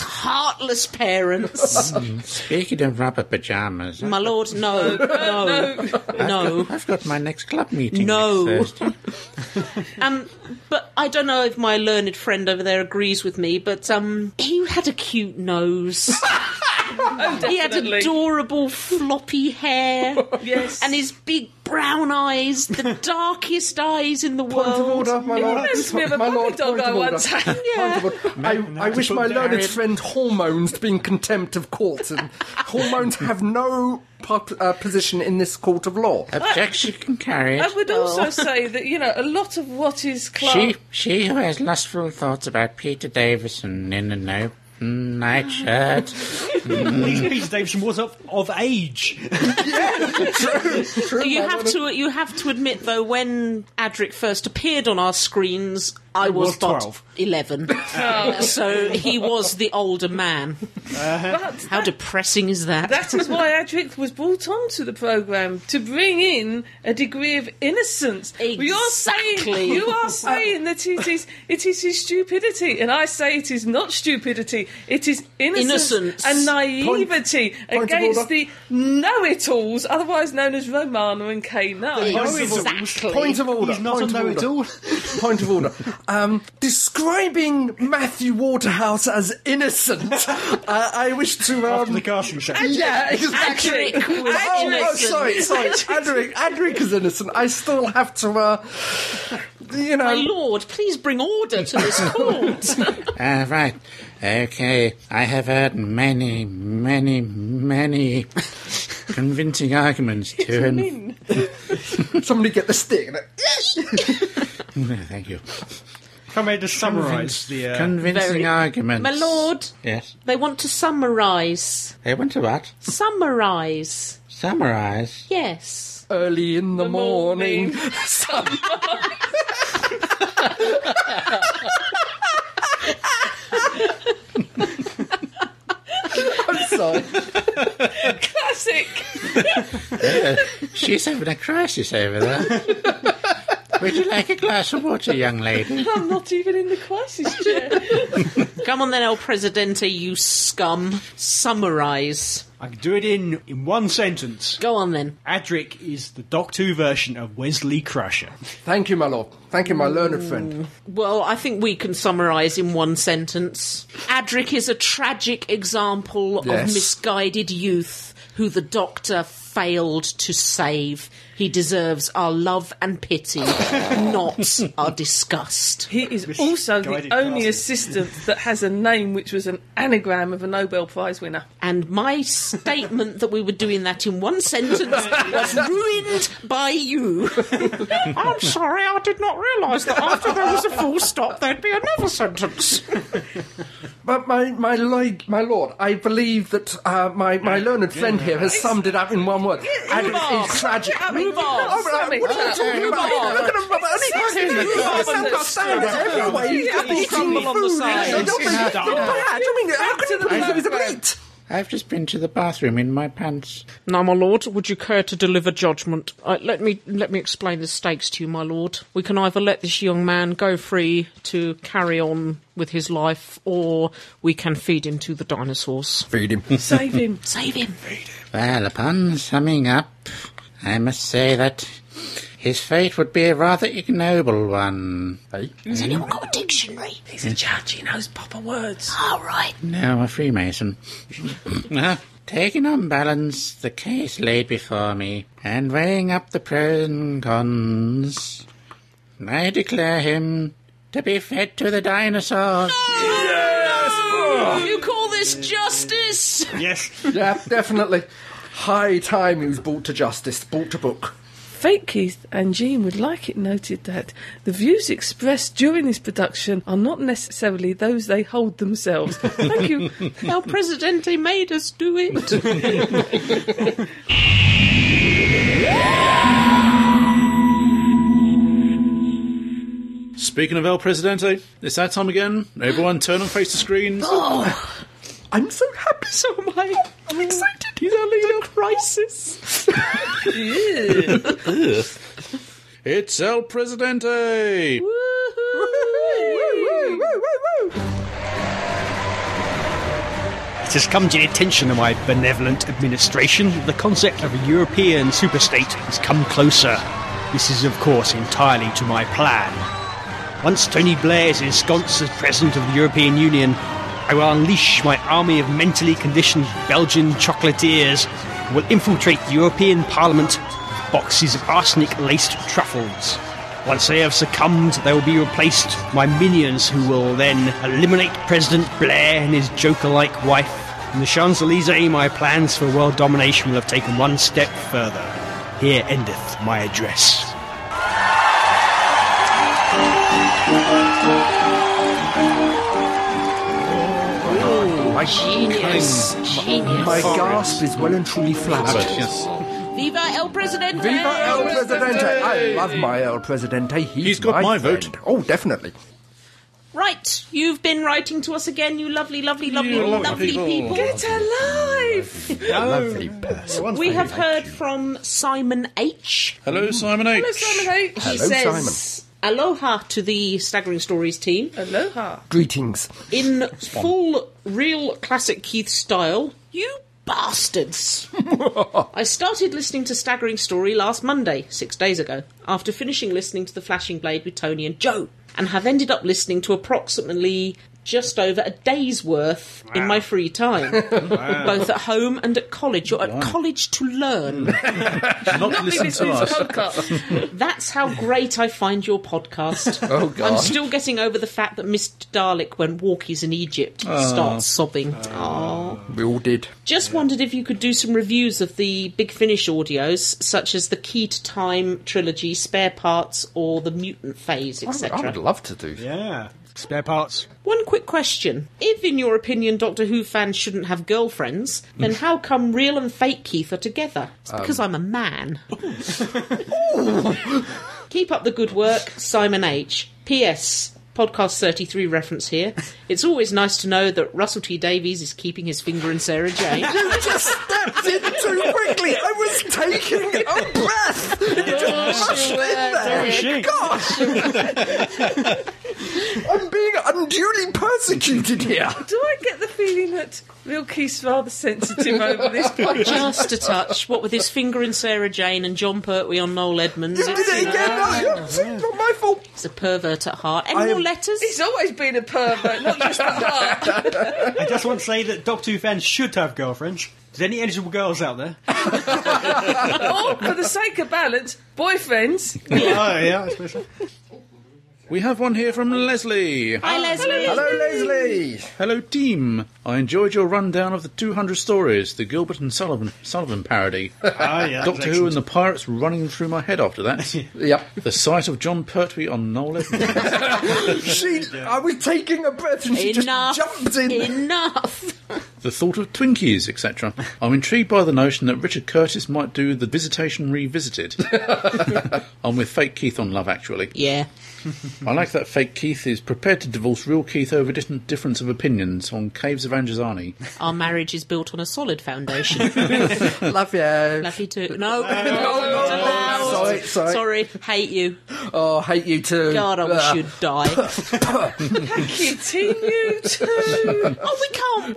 Speaker 3: heartless parents.
Speaker 9: Mm. Speaking of rubber pyjamas,
Speaker 3: My lord, no, no, no.
Speaker 9: I've got my next club meeting
Speaker 3: No.
Speaker 9: next Thursday.
Speaker 3: Um, but I don't know if my learned friend over there agrees with me. But um, he had a cute nose. he had
Speaker 2: definitely.
Speaker 3: adorable floppy hair.
Speaker 2: Yes.
Speaker 3: and his big brown eyes, the darkest eyes in the
Speaker 5: Point of
Speaker 3: world.
Speaker 5: order, my lord.
Speaker 2: reminds me of a
Speaker 5: my
Speaker 2: puppy
Speaker 5: lord,
Speaker 2: dog
Speaker 5: point
Speaker 2: I
Speaker 5: of order.
Speaker 2: once had.
Speaker 5: Point of order. I, I wish my learned friend hormones to be in contempt of court, and hormones have no pop, uh, position in this court of law.
Speaker 9: Objection carried.
Speaker 2: I would also say that, you know, a lot of what is Clark.
Speaker 9: She, she who has lustful thoughts about Peter Davison in mm, an open nightshirt.
Speaker 5: Mm.
Speaker 9: Mm.
Speaker 4: Peter Davison was of, of age.
Speaker 3: You have to you have to admit though, when Adric first appeared on our screens, I
Speaker 4: He
Speaker 3: was,
Speaker 4: was
Speaker 3: but
Speaker 4: 12.
Speaker 3: eleven,
Speaker 2: Oh.
Speaker 3: Uh, so he was the older man.
Speaker 4: Uh-huh.
Speaker 2: But
Speaker 3: How depressing is that?
Speaker 2: That is why Adric was brought onto the programme to bring in a degree of innocence. We are saying
Speaker 3: Exactly.
Speaker 2: you are saying that it is it is his stupidity, and I say it is not stupidity. It is innocence,
Speaker 3: Innocence.
Speaker 2: and naivety
Speaker 5: of
Speaker 2: against
Speaker 5: order.
Speaker 2: the know-it-alls, otherwise known as Romana and Kano.
Speaker 3: exactly.
Speaker 5: Point of order.
Speaker 4: He's not a
Speaker 5: point of
Speaker 4: know
Speaker 5: order.
Speaker 4: it all.
Speaker 5: Point of order. Um, describing Matthew Waterhouse as innocent, uh, I wish to.
Speaker 4: After the
Speaker 5: Um,
Speaker 4: casting show.
Speaker 5: yeah, exactly.
Speaker 2: Adric
Speaker 3: was
Speaker 5: oh, oh,
Speaker 3: innocent.
Speaker 5: sorry, sorry. Adric, Adric is innocent. I still have to, uh, you know.
Speaker 3: My lord, please bring order to this court.
Speaker 9: Ah, right. Okay. I have heard many, many, many convincing arguments to him.
Speaker 5: Somebody get the stick.
Speaker 9: Thank you.
Speaker 4: Come here to summarise the. Uh,
Speaker 9: convincing
Speaker 3: very-
Speaker 9: arguments.
Speaker 3: My lord,
Speaker 9: Yes.
Speaker 3: they want to summarise.
Speaker 9: They want to what?
Speaker 3: Summarise.
Speaker 9: Summarise.
Speaker 3: Yes.
Speaker 5: Early in the, morning.
Speaker 2: morning.
Speaker 5: I'm sorry.
Speaker 2: Classic.
Speaker 9: She's having a crisis over there. Would you like a glass of water, young lady?
Speaker 2: I'm not even in the crisis chair.
Speaker 3: Come on then, El Presidente, you scum. Summarise.
Speaker 4: I can do it in in one sentence.
Speaker 3: Go on then.
Speaker 4: Adric is the Doc 2 version of Wesley Crusher.
Speaker 5: Thank you, my lord. Thank you, my learned
Speaker 3: Mm.
Speaker 5: friend.
Speaker 3: Well, I think we can summarise in one sentence. Adric is a tragic example
Speaker 5: Yes.
Speaker 3: of misguided youth who the doctor failed to save. He deserves our love and pity, not our disgust.
Speaker 2: He is also
Speaker 4: guided
Speaker 2: the only
Speaker 4: classes.
Speaker 2: assistant that has a name which was an anagram of a Nobel Prize winner.
Speaker 3: And my statement that we were doing that in one sentence was ruined by you. I'm sorry, I did not realise that after there was a full stop, there'd be another sentence.
Speaker 5: But my my like my lord, I believe that uh, my my learned friend here has summed it up in one word. Adam
Speaker 3: on.
Speaker 5: is tragic.
Speaker 3: Move on.
Speaker 5: Oh, right,
Speaker 2: Summy,
Speaker 5: what are you
Speaker 2: uh,
Speaker 5: talking
Speaker 3: move
Speaker 5: about?
Speaker 3: on.
Speaker 5: Look at him, Robert. Only he's
Speaker 2: Move on.
Speaker 5: he's got standards everywhere. He's
Speaker 2: Yeah,
Speaker 5: got
Speaker 2: he's
Speaker 5: eating
Speaker 3: crumble on the
Speaker 5: food.
Speaker 3: side.
Speaker 5: Don't make it
Speaker 4: Stop.
Speaker 5: bad. I mean, how can you believe it was a great?
Speaker 9: I've just been to the bathroom in my pants.
Speaker 3: Now, my lord, would you care to deliver judgment? Uh, let me let me explain the stakes to you, my lord. We can either let this young man go free to carry on with his life, or we can feed him to the dinosaurs.
Speaker 5: Feed him.
Speaker 2: Save him.
Speaker 3: Save him.
Speaker 9: Well, upon summing up, I must say that his fate would be a rather ignoble one.
Speaker 8: Has anyone got a dictionary?
Speaker 2: He's a judge, he knows proper words.
Speaker 8: All right.
Speaker 9: No, a Freemason. Uh, Taking on balance the case laid before me, and weighing up the pros and cons, I declare him to be fed to the dinosaurs.
Speaker 3: Oh, You call this justice?
Speaker 4: Yes.
Speaker 5: Yeah, definitely. High time he was brought to justice, brought to book.
Speaker 2: Fake Keith and Jean would like it noted that the views expressed during this production are not necessarily those they hold themselves. Thank you.
Speaker 3: Our presidente made us do it.
Speaker 1: Speaking of El Presidente, it's that time again. Everyone turn and face the screens.
Speaker 3: Oh.
Speaker 5: I'm so happy.
Speaker 3: so am I. I'm excited. He's our leader. Crisis.
Speaker 1: It's El Presidente!
Speaker 4: It has come to the attention of my benevolent administration that the concept of a European superstate has come closer. This is, of course, entirely to my plan. Once Tony Blair is ensconced as President of the European Union, I will unleash my army of mentally conditioned Belgian chocolatiers who will infiltrate the European Parliament with boxes of arsenic laced truffles. Once they have succumbed, they will be replaced by minions who will then eliminate President Blair and his Joker like wife. In the Champs Elysees, my plans for world domination will have taken one step further. Here endeth my address.
Speaker 5: My,
Speaker 3: Genius. Genius.
Speaker 5: my gasp is well and truly
Speaker 1: But,
Speaker 5: flattered.
Speaker 1: yes.
Speaker 3: Viva el presidente.
Speaker 5: Viva El Presidente! I love my El Presidente. He's,
Speaker 1: He's got my vote.
Speaker 5: friend. Oh, definitely.
Speaker 3: Right, you've been writing to us again, you lovely, lovely, lovely,
Speaker 1: You lovely
Speaker 3: lovely
Speaker 1: people.
Speaker 3: people.
Speaker 2: Get alive!
Speaker 5: Lovely person.
Speaker 3: We have heard from Simon H.
Speaker 1: Hello, Simon
Speaker 2: Mm.
Speaker 1: H.
Speaker 2: Hello, Simon H.
Speaker 3: He
Speaker 5: Hello,
Speaker 3: says, Aloha to the Staggering Stories team.
Speaker 2: Aloha.
Speaker 5: Greetings.
Speaker 3: In full, real classic Keith style, you bastards. I started listening to Staggering Story last Monday, six days ago, after finishing listening to The Flashing Blade with Tony and Joe, and have ended up listening to approximately just over a day's worth in my free time, both at home and at college. You're at college to learn.
Speaker 1: Not to listen
Speaker 2: Listen
Speaker 1: to
Speaker 2: to this
Speaker 1: us.
Speaker 2: podcast.
Speaker 3: That's how great I find your podcast.
Speaker 5: Oh, God.
Speaker 3: I'm still getting over the fact that Mr. Dalek, when walkies in Egypt,
Speaker 4: Ah.
Speaker 3: starts sobbing. Aw.
Speaker 5: Uh, We all did.
Speaker 3: Just wondered if you could do some reviews of the Big Finish audios, such as the Key to Time trilogy, Spare Parts, or the Mutant Phase,
Speaker 5: I would,
Speaker 3: etc.
Speaker 5: I would love to do.
Speaker 4: Yeah. Spare parts.
Speaker 3: One quick question. If, in your opinion, Doctor Who fans shouldn't have girlfriends,
Speaker 5: Mm.
Speaker 3: then how come real and fake Keith are together? It's
Speaker 5: Um,
Speaker 3: because I'm a man. Keep up the good work, Simon H. P.S. Podcast 33 reference here. It's always nice to know that Russell T Davies is keeping his finger in Sarah Jane.
Speaker 5: You just stepped in too quickly. I was taking a breath. You just rushed in there.
Speaker 4: Shit.
Speaker 5: Gosh. I'm being. unduly persecuted here.
Speaker 2: Do I get the feeling that Lil Keith's rather sensitive over this point?
Speaker 3: Just a touch. What with his finger in Sarah Jane and John Pertwee on Noel Edmonds.
Speaker 5: You did
Speaker 3: It's,
Speaker 5: it
Speaker 3: you
Speaker 5: again.
Speaker 3: know,
Speaker 5: No, you- see, not my fault.
Speaker 3: he's a pervert at heart. Any
Speaker 5: I
Speaker 3: more
Speaker 5: am-
Speaker 3: letters?
Speaker 2: He's always been a pervert, not just at heart.
Speaker 4: I just want to say that Doctor Who fans should have girlfriends. Is any eligible girls out there? oh,
Speaker 2: Or, Oh, for the sake of balance, boyfriends.
Speaker 4: yeah, I suppose so.
Speaker 1: We have one here from Leslie.
Speaker 3: Hi, Leslie.
Speaker 5: Hello, Leslie.
Speaker 1: Hello, team. I enjoyed your rundown of the 200 stories, the Gilbert and Sullivan, Sullivan parody.
Speaker 4: Ah, yeah, that was
Speaker 1: Doctor Who
Speaker 4: excellent.
Speaker 1: and the Pirates running through my head after that.
Speaker 5: Yep.
Speaker 1: the sight of John Pertwee on Noel Edmonds.
Speaker 5: She, I was taking a breath and she
Speaker 3: Enough.
Speaker 5: just jumped in.
Speaker 3: Enough.
Speaker 1: the thought of Twinkies, etc. I'm intrigued by the notion that Richard Curtis might do The Visitation Revisited. I'm with fake Keith on Love, actually.
Speaker 3: Yeah.
Speaker 1: I like that fake Keith is prepared to divorce real Keith over different difference of opinions on Caves of Angezani.
Speaker 3: Our marriage is built on a solid foundation.
Speaker 5: Love you.
Speaker 3: Lucky too. No.
Speaker 5: Sorry, sorry.
Speaker 3: Sorry. Hate you.
Speaker 5: Oh, I hate you too.
Speaker 3: God, I wish
Speaker 5: Ugh.
Speaker 3: you'd die.
Speaker 2: Continue to.
Speaker 3: Oh, we can't win.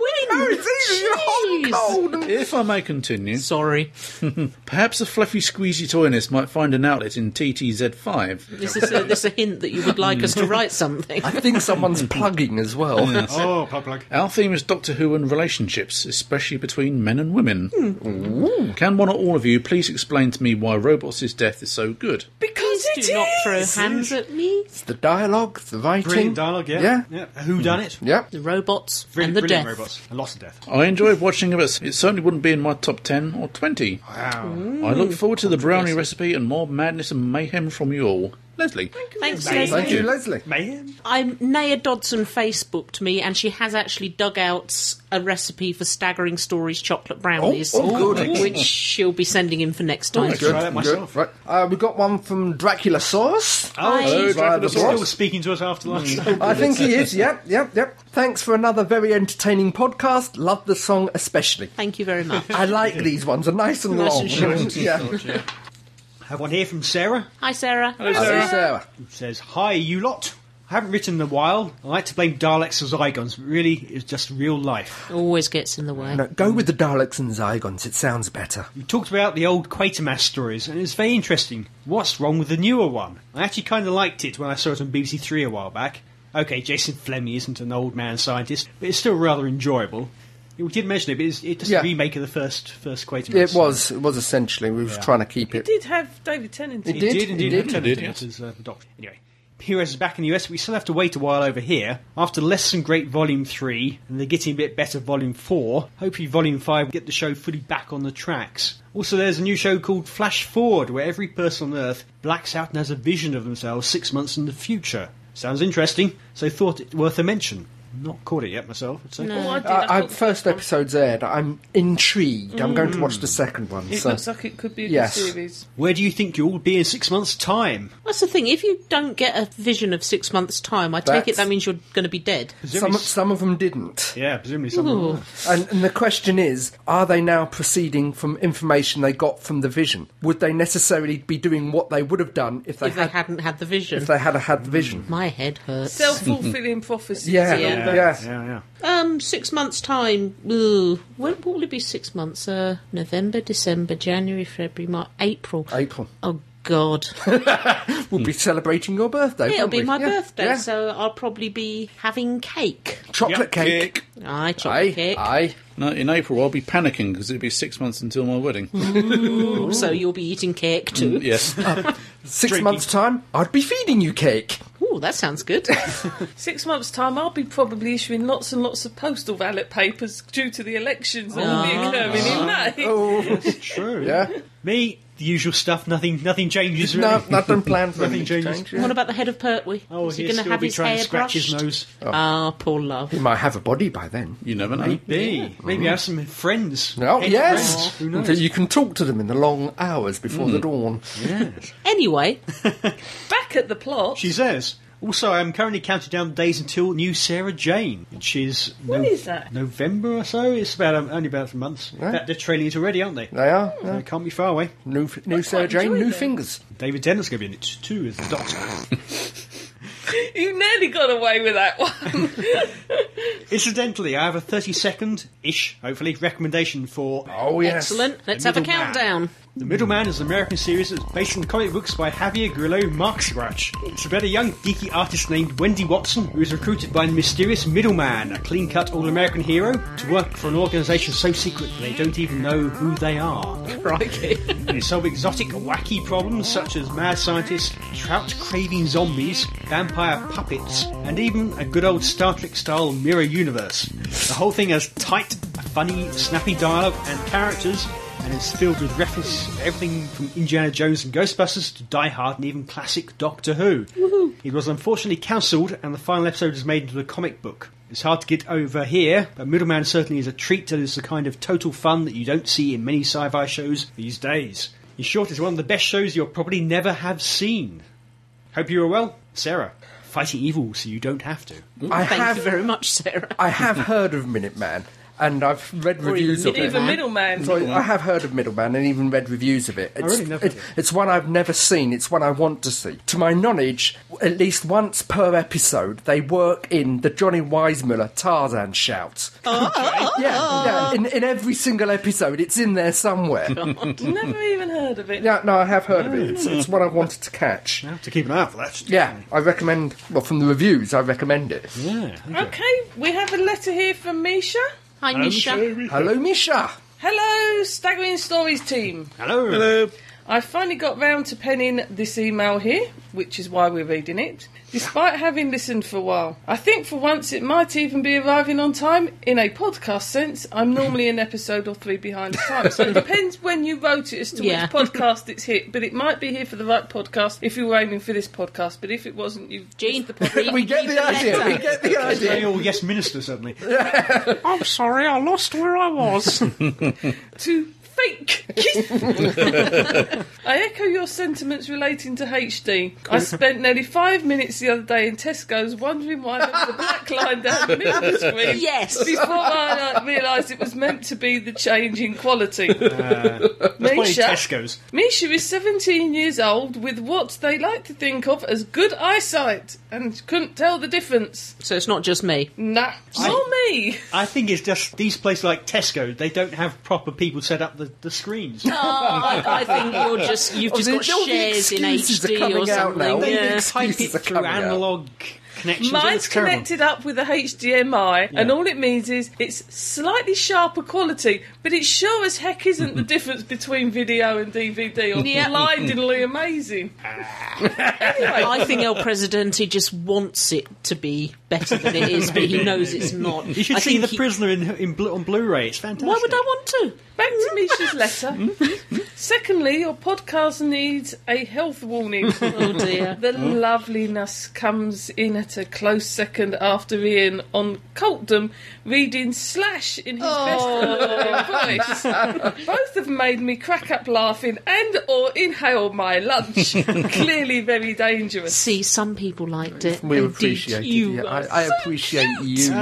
Speaker 5: It's easy, you're hot and
Speaker 3: Jeez.
Speaker 5: cold and-
Speaker 1: If I may continue,
Speaker 3: Sorry.
Speaker 1: perhaps a fluffy squeezy toyness might find an outlet in TTZ5.
Speaker 3: This is a, this is a hint that you would like us to write something.
Speaker 5: Mm. I think someone's plugging as well.
Speaker 4: Oh, plug plug.
Speaker 1: Our theme is Doctor Who and relationships, especially between men and women.
Speaker 5: Hmm.
Speaker 1: Can one or all of you please explain to me why Robots' death is so good?
Speaker 2: Because it
Speaker 3: Do not throw
Speaker 2: is.
Speaker 3: hands at me.
Speaker 5: It's the dialogue, the writing.
Speaker 4: Brilliant dialogue, yeah.
Speaker 5: Yeah.
Speaker 4: Who done it?
Speaker 5: Yep.
Speaker 3: The robots
Speaker 4: Really
Speaker 3: and the
Speaker 4: brilliant
Speaker 3: death.
Speaker 4: robots. And lots of death.
Speaker 1: I enjoyed watching it, but it certainly wouldn't be in my top 10 or 20.
Speaker 4: Wow.
Speaker 1: I look
Speaker 3: Mm.
Speaker 1: forward to the brownie recipe and more madness and mayhem from you all. Leslie.
Speaker 3: Thanks,
Speaker 4: Amazing.
Speaker 3: Leslie.
Speaker 5: Thank you, Leslie.
Speaker 4: Mayhem?
Speaker 3: I'm Naya Dodson Facebooked me, and she has actually dug out a recipe for staggering stories chocolate brownies,
Speaker 5: oh, good. Oh,
Speaker 3: which she'll be sending in for next time.
Speaker 5: Good,
Speaker 4: Try that myself.
Speaker 5: good. Right. Uh, we got one from Dracula Sauce.
Speaker 4: Oh,
Speaker 5: via the
Speaker 4: he's still
Speaker 5: boss.
Speaker 4: speaking to us after lunch.
Speaker 5: I think he is. Yep, yep, yep. Thanks for another very entertaining podcast. Love the song especially.
Speaker 3: Thank you very much.
Speaker 5: I like these ones. Are nice and
Speaker 3: Nice
Speaker 5: long.
Speaker 3: and short.
Speaker 5: yeah.
Speaker 4: have one here from Sarah.
Speaker 3: Hi, Sarah.
Speaker 5: Sarah.
Speaker 4: Who says, Hi, you lot. I haven't written in a while. I like to blame Daleks or Zygons, but really, it's just real life.
Speaker 3: Always gets in the way.
Speaker 5: No, go with the Daleks and Zygons. It sounds better.
Speaker 4: We talked about the old Quatermass stories, and it's very interesting. What's wrong with the newer one? I actually kind of liked it when I saw it on BBC Three a while back. Okay, Jason Fleming isn't an old man scientist, but it's still rather enjoyable. We did mention it, but it's, it's just
Speaker 5: Yeah.
Speaker 4: a remake of the first first Quatermass.
Speaker 5: It was. It was essentially. We were trying to keep it.
Speaker 2: Did have David Tennant. in
Speaker 5: It
Speaker 2: it.
Speaker 5: did,
Speaker 4: It did,
Speaker 5: it
Speaker 4: indeed.
Speaker 5: did.
Speaker 4: have Tennant
Speaker 1: It did,
Speaker 4: in it
Speaker 1: yes.
Speaker 4: as, uh, the Doctor. Anyway, Heroes is back in the US. We still have to wait a while over here. After less than great Volume 3, and they're getting a bit better Volume 4, hopefully Volume 5 will get the show fully back on the tracks. Also, there's a new show called Flash Forward, where every person on Earth blacks out and has a vision of themselves six months in the future. Sounds interesting, so thought it worth a mention. Not caught it yet myself. I'd say.
Speaker 2: Oh, I did.
Speaker 5: Uh,
Speaker 2: I
Speaker 5: I,
Speaker 2: thought-
Speaker 5: first episode's aired. I'm intrigued. I'm going to watch the second one.
Speaker 2: It
Speaker 5: so.
Speaker 2: looks like it could be a
Speaker 5: Yes.
Speaker 2: good series.
Speaker 4: Where do you think you'll all be in six months' time?
Speaker 3: That's the thing. If you don't get a vision of six months' time, I take it
Speaker 5: That's-
Speaker 3: that means you're going to be dead.
Speaker 5: some, some of them didn't.
Speaker 4: Yeah, presumably someone.
Speaker 3: Ooh.
Speaker 5: And, and the question is, are they now proceeding from information they got from the vision? Would they necessarily be doing what they would have done if they,
Speaker 3: If they
Speaker 5: had,
Speaker 3: hadn't had the vision, Mm.
Speaker 5: if they had had the vision?
Speaker 3: my head hurts.
Speaker 2: Self fulfilling prophecies.
Speaker 5: Yeah,
Speaker 2: and all
Speaker 5: yeah,
Speaker 2: that.
Speaker 5: yeah.
Speaker 4: Yeah, yeah.
Speaker 3: Um, six months' time. Ooh, when, what will it be? Six months? Uh, November, December, January, February, March, April.
Speaker 5: April.
Speaker 3: Oh God!
Speaker 5: We'll be celebrating your birthday.
Speaker 3: It'll
Speaker 5: won't
Speaker 3: be
Speaker 5: we?
Speaker 3: my
Speaker 5: Yeah,
Speaker 3: birthday,
Speaker 5: yeah.
Speaker 3: so I'll probably be having cake.
Speaker 5: chocolate
Speaker 4: Yep.
Speaker 5: cake.
Speaker 3: I
Speaker 5: Aye,
Speaker 3: chocolate cake.
Speaker 5: aye.
Speaker 1: No, in April, I'll be panicking because it'll be six months until my wedding. Mm,
Speaker 3: So you'll be eating cake
Speaker 5: Mm,
Speaker 3: too.
Speaker 1: yes.
Speaker 5: Six
Speaker 4: Drinking.
Speaker 5: months' time, I'd be feeding you cake.
Speaker 3: Ooh, that sounds good.
Speaker 2: Six months' time, I'll be probably issuing lots and lots of postal ballot papers due to the elections that will be occurring in May.
Speaker 5: Oh,
Speaker 4: True.
Speaker 5: yeah.
Speaker 4: Me, the usual stuff. Nothing, nothing changes. Really.
Speaker 5: No, nothing planned for
Speaker 4: Nothing
Speaker 5: any
Speaker 4: changes.
Speaker 5: change.
Speaker 3: what about the head of Pertwee?
Speaker 4: Oh,
Speaker 3: Is he
Speaker 4: he's
Speaker 3: going to
Speaker 4: still
Speaker 3: have
Speaker 4: be
Speaker 3: his
Speaker 4: trying
Speaker 3: hair
Speaker 4: to scratch
Speaker 3: brushed?
Speaker 4: his nose.
Speaker 3: Ah, poor love.
Speaker 5: Oh. He might have a body by then.
Speaker 1: You never know.
Speaker 4: Maybe, maybe have some friends.
Speaker 5: Oh,
Speaker 4: Any
Speaker 5: yes.
Speaker 4: friends. Who knows? Mm.
Speaker 5: Until you can talk to them in the long hours before the dawn.
Speaker 3: Anyway,
Speaker 2: Back at the plot.
Speaker 4: She says. Also, I'm currently counting down the days until new Sarah Jane, which is
Speaker 2: When
Speaker 4: no-
Speaker 2: is that?
Speaker 4: November or so. It's about um, only about a month. In fact, they're trailing it already, aren't they?
Speaker 5: They are. yeah.
Speaker 4: They can't be far away.
Speaker 5: New, new Sarah Jane,
Speaker 2: enjoy
Speaker 5: new
Speaker 2: them.
Speaker 5: fingers.
Speaker 4: David Tennant's going to be in it too as the Doctor.
Speaker 2: You nearly got away with that one.
Speaker 4: Incidentally, I have a 30 second ish, hopefully, recommendation for
Speaker 5: Oh, yes.
Speaker 3: Excellent. Let's have a
Speaker 4: middleman.
Speaker 3: countdown.
Speaker 4: The Middleman is an American series that's based on comic books by Javier Grillo Marx Scratch. It's about a young geeky artist named Wendy Watson who is recruited by a mysterious middleman, a clean cut all American hero, to work for an organization so secret that they don't even know who they are.
Speaker 3: Crikey.
Speaker 4: They solve exotic, wacky problems such as mad scientists, trout craving zombies, vampire puppets, and even a good old Star Trek style mirror universe. The whole thing has tight, funny, snappy dialogue and characters, and is filled with references to everything from Indiana Jones and Ghostbusters to Die Hard and even classic Doctor Who. It was unfortunately cancelled, and the final episode is made into a comic book. It's hard to get over here, but Middleman certainly is a treat that is the kind of total fun that you don't see in many sci fi shows these days. In short, it's one of the best shows you'll probably never have seen. Hope you are well, Sarah. Fighting evil so you don't have to.
Speaker 5: I
Speaker 3: Thank
Speaker 5: have
Speaker 3: you very much, Sarah.
Speaker 5: I have heard of Minuteman, and I've read reviews of it.
Speaker 2: Even middleman.
Speaker 5: So I have heard of Middleman and even read reviews of it. It's,
Speaker 4: really never
Speaker 5: it-
Speaker 4: did.
Speaker 5: it's one I've never seen. It's one I want to see. To my knowledge, at least once per episode, they work in the Johnny Weissmuller Tarzan shout.
Speaker 3: Oh.
Speaker 5: yeah, yeah. In, in every single episode, it's in there somewhere.
Speaker 2: Never even heard of it.
Speaker 5: yeah, no, I have heard of it.
Speaker 3: Mm.
Speaker 5: It's, it's one I wanted to catch.
Speaker 4: Have to keep an eye out for that.
Speaker 5: Yeah, I recommend. Well, from the reviews, I recommend it.
Speaker 4: Yeah.
Speaker 2: Okay, we have a letter here from Misha.
Speaker 3: Hi, Misha.
Speaker 5: Hello, Misha.
Speaker 2: Hello, Staggering Stories team.
Speaker 4: Hello.
Speaker 2: I finally got round to penning this email here, which is why we're reading it, despite having listened for a while. I think for once it might even be arriving on time. In a podcast sense, I'm normally an episode or three behind the time, so it depends when you wrote it as to
Speaker 3: Yeah.
Speaker 2: which podcast it's hit, but it might be here for the right podcast if you were aiming for this podcast, but if it wasn't, you've
Speaker 3: Gene, the
Speaker 5: We get the idea. We get the idea.
Speaker 4: Hey, all yes, minister, suddenly.
Speaker 6: I'm sorry, I lost where I was.
Speaker 2: to fake. I echo your sentiments relating to HD. I spent nearly five minutes the other day in Tesco's wondering why there was a black line down the middle of the screen.
Speaker 3: Yes.
Speaker 2: Before I uh, realised it was meant to be the change in quality. Misha,
Speaker 4: Tesco's.
Speaker 2: Misha is 17 years old with what they like to think of as good eyesight and couldn't tell the difference.
Speaker 3: So it's not just me.
Speaker 2: Nah, nor me.
Speaker 4: I think it's just these places like Tesco, they don't have proper people set up the, the screens.
Speaker 3: Oh, I, I think you're just you've just
Speaker 5: the-
Speaker 3: got
Speaker 5: Oh, all the
Speaker 3: shares in
Speaker 5: excuses are coming
Speaker 3: HD or
Speaker 5: out now.
Speaker 3: something.
Speaker 5: They-
Speaker 3: Yeah.
Speaker 5: Excuses
Speaker 4: Type it
Speaker 5: are
Speaker 4: through
Speaker 5: coming out.
Speaker 4: analog connections.
Speaker 2: Mine's
Speaker 4: It's terrible.
Speaker 2: connected up with a HDMI, and all it means is it's slightly sharper quality, but it sure as heck isn't the difference between video and DVD or
Speaker 3: Yeah. Ah.
Speaker 2: blindingly amazing.
Speaker 3: I think El Presidente just wants it to be better than it is, but he knows it's not.
Speaker 4: You should
Speaker 3: I
Speaker 4: see
Speaker 3: think
Speaker 4: The
Speaker 3: he-
Speaker 4: Prisoner in, in blu- on Blu-ray. It's fantastic.
Speaker 3: Why would I want to? Mm-hmm.
Speaker 2: Back to Misha's letter. Secondly, your podcast needs a health warning.
Speaker 3: Oh dear.
Speaker 2: The loveliness comes in at a close second after Ian on Coltdom reading Slash in his
Speaker 3: Oh.
Speaker 2: best Coltdom voice. Both have made me crack up laughing and or inhale my lunch. Clearly very dangerous.
Speaker 3: See, some people liked it.
Speaker 5: We
Speaker 3: and did
Speaker 5: appreciate it.
Speaker 3: You
Speaker 5: yeah.
Speaker 3: were
Speaker 5: I, I appreciate you.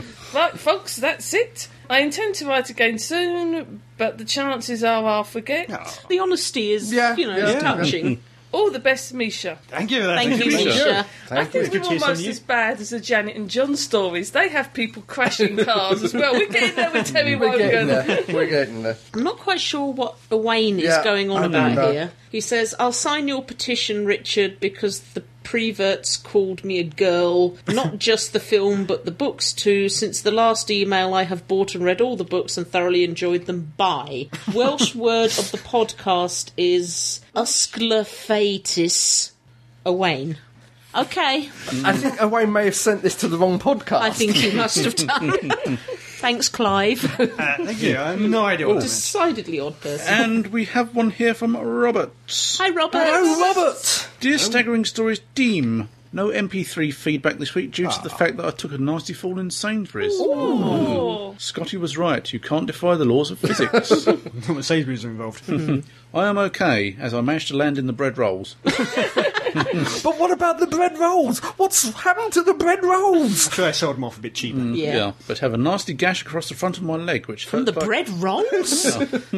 Speaker 4: Uh,
Speaker 2: Right, folks, that's it. I intend to write again soon, but the chances are I'll forget.
Speaker 3: The honesty is,
Speaker 5: Yeah,
Speaker 3: you know,
Speaker 5: yeah.
Speaker 3: touching.
Speaker 2: All the best, Misha.
Speaker 4: Thank you. That's
Speaker 3: Thank you,
Speaker 4: amazing.
Speaker 3: Misha.
Speaker 2: I think we're
Speaker 4: Good cheers on
Speaker 2: almost
Speaker 4: you.
Speaker 2: as bad as the Janet and John stories. They have people crashing cars as well. We're getting there with Terry
Speaker 5: We're getting
Speaker 2: Wogan.
Speaker 5: there. We're getting there.
Speaker 3: I'm not quite sure what Owain is
Speaker 5: Yeah,
Speaker 3: going on
Speaker 5: I
Speaker 3: about
Speaker 5: know.
Speaker 3: here. He says, I'll sign your petition, Richard, because the preverts called me a girl. Not just the film, but the books too. Since the last email, I have bought and read all the books and thoroughly enjoyed them. Bye. Welsh word of the podcast is Usclefatis Owain. Okay,
Speaker 5: I think Owain may have sent this to the wrong podcast.
Speaker 3: I think he must have done. Thanks, Clive.
Speaker 4: Uh, thank you. I have no idea what that meant.
Speaker 3: Decidedly odd person.
Speaker 1: And we have one here from Robert.
Speaker 3: Hi, Robert.
Speaker 5: Oh, Robert!
Speaker 1: Dear Staggering Stories team, no MP3 feedback this week due
Speaker 3: Ah.
Speaker 1: to the fact that I took a nasty fall in Sainsbury's. Hmm.
Speaker 2: Oh,
Speaker 1: Scotty was right, you can't defy the laws of physics. Hmm.
Speaker 4: Sainsbury's are involved.
Speaker 1: I am okay, as I managed to land in the bread rolls.
Speaker 5: But what about the bread rolls? What's happened to the bread rolls?
Speaker 4: So I sold them off a bit cheaper.
Speaker 3: Yeah.
Speaker 1: Hmm, but have a nasty gash across the front of my leg, which
Speaker 3: From
Speaker 1: hurt
Speaker 3: the
Speaker 1: like-
Speaker 3: bread rolls?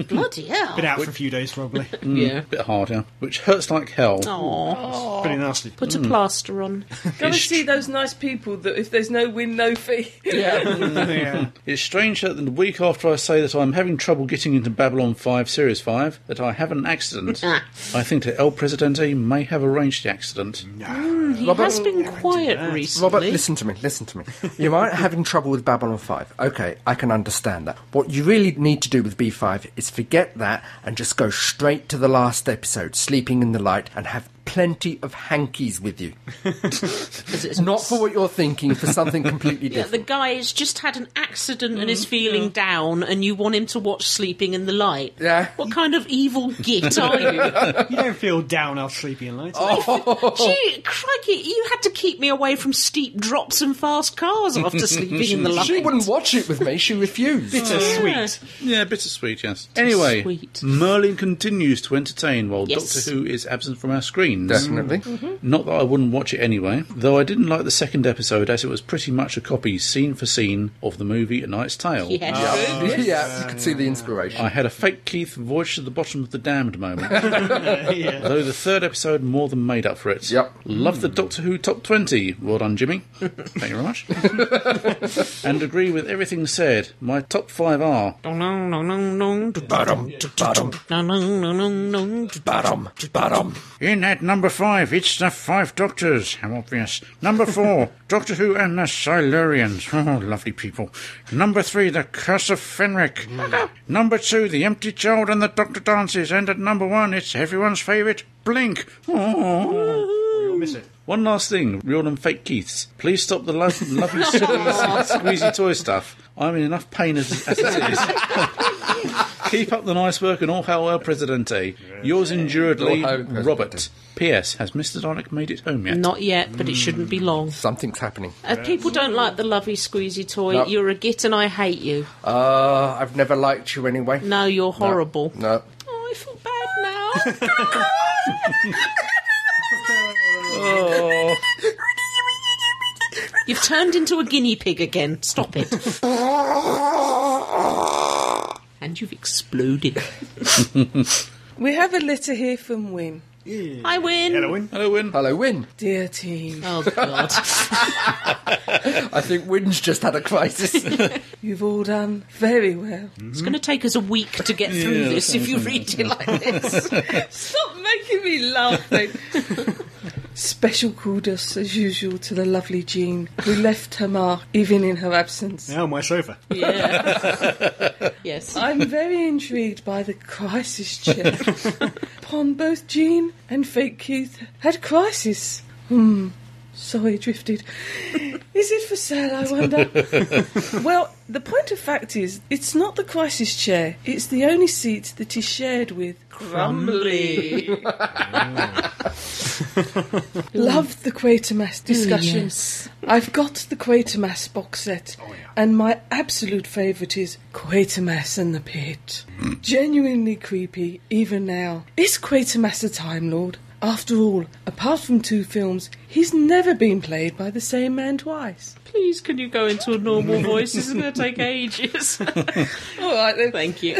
Speaker 3: Bloody hell.
Speaker 4: Been out for a few days probably.
Speaker 3: Yeah.
Speaker 1: Hmm, bit harder, which hurts like hell. Hmm.
Speaker 3: Aw.
Speaker 4: Pretty nasty.
Speaker 3: Put a plaster on.
Speaker 2: Go and see those nice people that if there's no win, no fee.
Speaker 4: yeah.
Speaker 1: It's strange that the week after I say that I'm having trouble getting into Babylon 5 Series 5, that I have an accident. I think that El Presidente may have arranged the accident.
Speaker 3: Mm, He
Speaker 5: Robert-
Speaker 3: has been quiet
Speaker 5: Robert,
Speaker 3: recently.
Speaker 5: listen to me, listen to me. You might having trouble with Babylon 5. Okay, I can understand that. What you really need to do with B5 is forget that and just go straight to the last episode, Sleeping in the Light, and have plenty of hankies with you. Not for what you're thinking, for something completely
Speaker 3: Yeah, the
Speaker 5: different.
Speaker 3: guy's just had an accident and is feeling down, and you want him to watch Sleeping in the Light.
Speaker 5: Yeah.
Speaker 3: What kind of evil git are you?
Speaker 4: You don't feel down after sleeping in lights.
Speaker 3: Oh. Gee, crikey, you had to keep me away from steep drops and fast cars after Sleeping in the Light.
Speaker 5: She wouldn't watch it with me, she refused.
Speaker 4: Bittersweet.
Speaker 1: Yeah, bittersweet, yes. Anyway,
Speaker 3: Bittersweet.
Speaker 1: Merlin continues to entertain while
Speaker 3: Yes. Mm-hmm.
Speaker 1: Doctor Who is absent from our screens.
Speaker 5: Definitely.
Speaker 1: Not that I wouldn't watch it anyway, though I didn't like the second episode as it was pretty much a copy, scene for scene, of the movie A Knight's Tale.
Speaker 3: Yes.
Speaker 5: yeah, you can see the inspiration.
Speaker 1: I had a fake Keith voyage to the bottom of the damned moment.
Speaker 4: yeah.
Speaker 1: Though the third episode more than made up for it.
Speaker 5: Yep.
Speaker 1: Love the Doctor Who top 20. Well done, Jimmy. Thank you very much. and agree with everything said. My top five are In at number five, it's the Five Doctors. How obvious. Number four, Doctor Who and the Silurians. Oh, lovely people. Number three, The Curse of Fenric. number two, The Empty Child and the Doctor Dances. And at number one, it's everyone's favourite, Blink. Oh.
Speaker 4: You'll miss it.
Speaker 1: One last thing, real and fake Keiths. Please stop the love, lovely squeezy, squeezy toy stuff. I'm in enough pain as, as it is. Keep up the nice work and all hail El Presidente. Yours enduredly,
Speaker 5: All hail Presidente.
Speaker 1: Robert. P.S. Has Mr. Dalek made it home yet?
Speaker 3: Not yet, but it shouldn't be long.
Speaker 5: Something's happening.
Speaker 3: If Uh, people don't like the lovey squeezy toy,
Speaker 5: No.
Speaker 3: you're a git and I hate you.
Speaker 5: Uh, I've never liked you anyway.
Speaker 3: No, you're horrible.
Speaker 5: No.
Speaker 3: Oh, I feel bad now.
Speaker 1: Oh,
Speaker 3: You've turned into a guinea pig again. Stop it. and you've exploded.
Speaker 2: We have a letter here from Win.
Speaker 3: I win.
Speaker 4: Hello, Wynn.
Speaker 1: hello, Win.
Speaker 5: Hello, Win.
Speaker 2: Dear team,
Speaker 3: Oh God!
Speaker 5: I think Win's just had a crisis.
Speaker 2: you've all done very well.
Speaker 3: it's going to take us a week to get through
Speaker 1: Yeah,
Speaker 3: this if you read it like this.
Speaker 2: Stop making me laugh then. Special kudos as usual to the lovely Jean, who left her mark even in her absence.
Speaker 4: Now my sofa.
Speaker 3: yeah. yes.
Speaker 2: I'm very intrigued by the crisis check. Upon both Jean and fake Keith had crisis. Hmm. Sorry, drifted. Is it for sale, I wonder? well, the point of fact is, it's not the crisis chair. It's the only seat that is shared with Crumbly. Loved the Quatermass discussion.
Speaker 3: yes.
Speaker 2: I've got the Quatermass box set, and my absolute favourite is Quatermass and the Pit. Genuinely creepy, even now. Is Quatermass a Time Lord? After all, apart from two films, he's never been played by the same man twice.
Speaker 3: Please, can you go into a normal voice? This is going to take ages.
Speaker 2: All right, then.
Speaker 3: Thank you.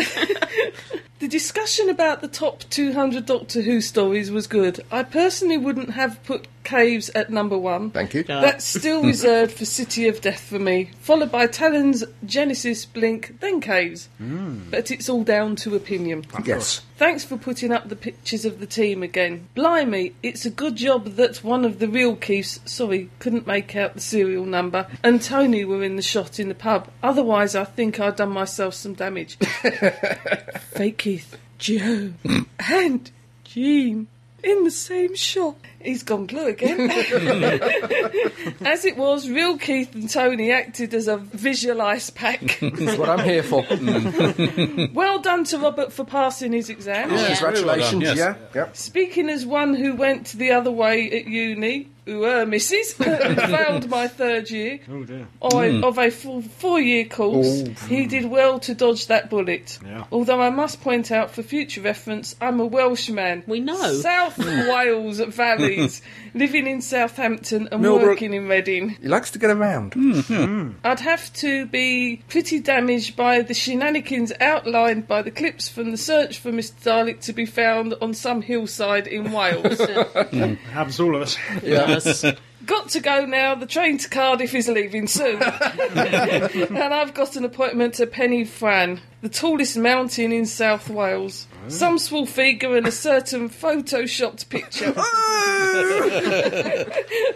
Speaker 2: The discussion about the top 200 Doctor Who stories was good. I personally wouldn't have put Caves at number one.
Speaker 5: Thank you.
Speaker 2: That's still reserved for City of Death for me, followed by Talon's Genesis, Blink, then Caves. But it's all down to opinion.
Speaker 5: Yes.
Speaker 2: Thanks for putting up the pictures of the team again. Blimey, it's a good job that one of the real Keiths, sorry, couldn't make out the serial number, and Tony were in the shot in the pub. Otherwise, I think I'd done myself some damage. Fake Keith, Joe,
Speaker 5: Mm.
Speaker 2: and Jean in the same shot. He's gone blue again. as it was, real Keith and Tony acted as a visual ice pack.
Speaker 5: That's what I'm here for.
Speaker 2: well done to Robert for passing his exam.
Speaker 5: Congratulations.
Speaker 1: Yes.
Speaker 5: Yeah. Yep.
Speaker 2: Speaking as one who went the other way at uni, who were missus, failed my third year
Speaker 4: Oh dear.
Speaker 2: of a-
Speaker 5: Mm.
Speaker 2: of a full four-year course, he did well to dodge that bullet.
Speaker 4: Yeah.
Speaker 2: Although I must point out, for future reference, I'm a Welshman.
Speaker 3: We know. Hmm.
Speaker 2: South Wales Valley. please. Living in Southampton and
Speaker 5: Millbrook.
Speaker 2: working in Reading.
Speaker 5: He likes to get around.
Speaker 10: Mm-hmm.
Speaker 2: I'd have to be pretty damaged by the shenanigans outlined by the clips from the search for Mr. Dalek to be found on some hillside in Wales.
Speaker 4: Happens to all of us.
Speaker 3: Yes.
Speaker 2: got to go now. The train to Cardiff is leaving soon. and I've got an appointment to Penny Fran, the tallest mountain in South Wales. Some small figure and a certain photoshopped picture.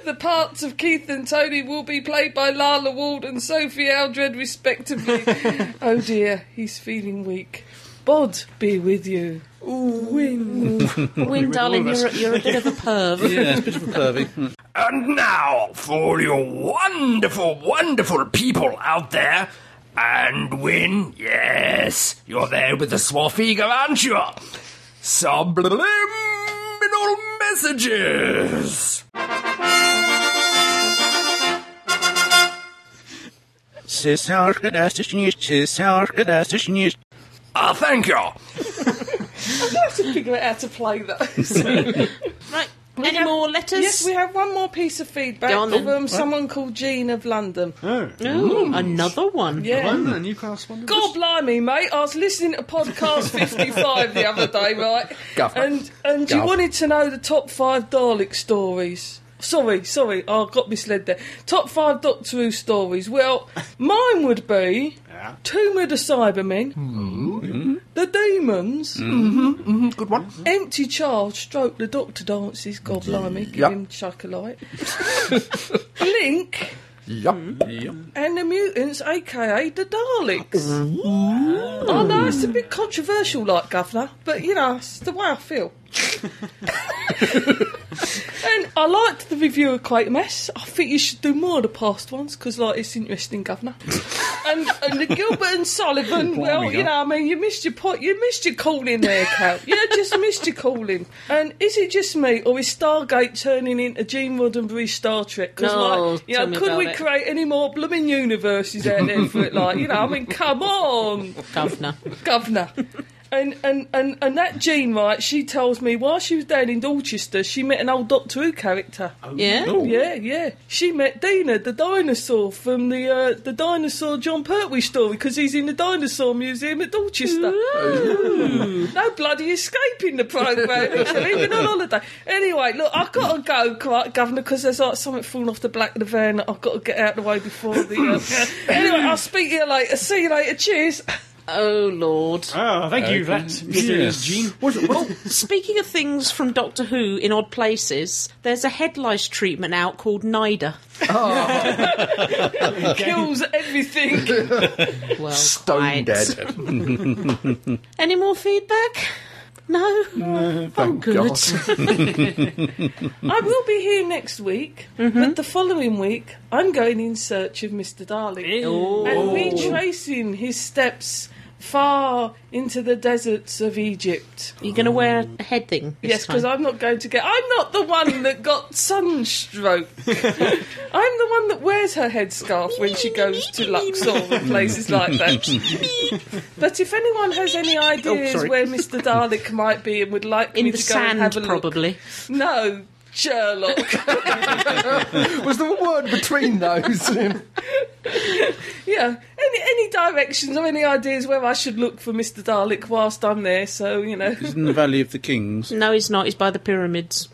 Speaker 2: the parts of Keith and Tony will be played by Lala Ward and Sophie Aldred, respectively. oh dear, he's feeling weak. Bod be with you.
Speaker 8: Win, darling, you're, a- you're a bit of a perv.
Speaker 1: Yeah, it's a bit of a pervy.
Speaker 10: And now, for your wonderful, wonderful people out there, and Win, yes, you're there with the Swafika, aren't you? Subliminal messages!
Speaker 9: Siz arkadaşsınız, siz arkadaşsınız.
Speaker 10: Ah, thank you!
Speaker 2: I have to figure out how to play that.
Speaker 8: Right, any more letters?
Speaker 2: Yes, we have one more piece of feedback
Speaker 8: Go on then.
Speaker 2: from um, someone called Jean of London.
Speaker 3: Ooh, another one.
Speaker 2: Yeah.
Speaker 4: London, you correspondent.
Speaker 2: God blimey, mate! I was listening to podcast fifty-five the other day, right?
Speaker 5: Guff.
Speaker 2: And and you
Speaker 5: Guff.
Speaker 2: wanted to know the top five Dalek stories. Sorry, sorry, I got misled there. Top five Doctor Who stories. Well, mine would be Tomb of the Cybermen,
Speaker 5: Hmm.
Speaker 2: The Demons,
Speaker 5: Mm-hmm,
Speaker 2: Mm-hmm.
Speaker 5: Good one. Mm-hmm.
Speaker 2: Empty Charge, Stroke the Doctor Dances, God blimey, give
Speaker 5: Yep.
Speaker 2: him chuck a light. Link,
Speaker 5: Yup.
Speaker 2: and the mutants, aka the Daleks.
Speaker 3: Mm.
Speaker 2: I know it's a bit controversial, like Governor, but you know it's the way I feel. and I liked the review of Quatermass. I think you should do more of the past ones because, like, it's interesting, Governor. and, and the Gilbert and Sullivan. well, you know, I mean, you missed your point. You missed your calling there, Cal. You just missed your calling. And is it just me, or is Stargate turning into Gene Roddenberry Star Trek? 'Cause,
Speaker 3: No,
Speaker 2: like, you
Speaker 3: tell
Speaker 2: know,
Speaker 3: me
Speaker 2: could
Speaker 3: about
Speaker 2: we
Speaker 3: it.
Speaker 2: create any more blooming universes out there for it? Like, you know, I mean, come on,
Speaker 3: Governor.
Speaker 2: governor. And, and, and, and that Jean, right, she tells me while she was down in Dorchester, she met an old Doctor Who character.
Speaker 3: Yeah?
Speaker 2: Yeah, yeah. She met Dina, the dinosaur from the uh, the dinosaur John Pertwee story, because he's in the dinosaur museum at Dorchester. no bloody escaping the programme. It's even on holiday. Anyway, look, I've got to go, Gov- Governor, because there's like something falling off the back of the van that I've got to get out of the way before the. Uh, anyway, I'll speak to you later. See you later. Cheers.
Speaker 3: Oh, Lord.
Speaker 4: Oh, thank you. That's mysterious Gene.
Speaker 3: Speaking of things from Doctor Who in odd places, there's a head lice treatment out called NIDA.
Speaker 2: Kills everything.
Speaker 3: Well,
Speaker 5: Stone
Speaker 3: quite.
Speaker 5: dead.
Speaker 3: Any more feedback? No. No. Oh, good.
Speaker 5: God.
Speaker 2: I will be here next week,
Speaker 3: Mm-hmm.
Speaker 2: but the following week I'm going in search of Mr. Darling and retracing his steps far into the deserts of Egypt.
Speaker 3: You're going to wear a head thing. this
Speaker 2: Yes, because
Speaker 3: time?
Speaker 2: I'm not going to get. I'm not the one that got sunstroke. I'm the one that wears her headscarf when she goes to Luxor and places like that. but if anyone has any ideas
Speaker 5: sorry.
Speaker 2: where Mr. Dalek might be and would like
Speaker 3: Oh, in
Speaker 2: me
Speaker 3: the
Speaker 2: to go and
Speaker 3: sand,
Speaker 2: have a look,
Speaker 3: probably.
Speaker 2: no, Sherlock.
Speaker 5: Was there a word between those?
Speaker 2: Yeah. Any any directions or any ideas where I should look for Mr. Dalek whilst I'm there? So you know.
Speaker 1: It's in the Valley of the Kings.
Speaker 3: No, he's not. He's by the pyramids.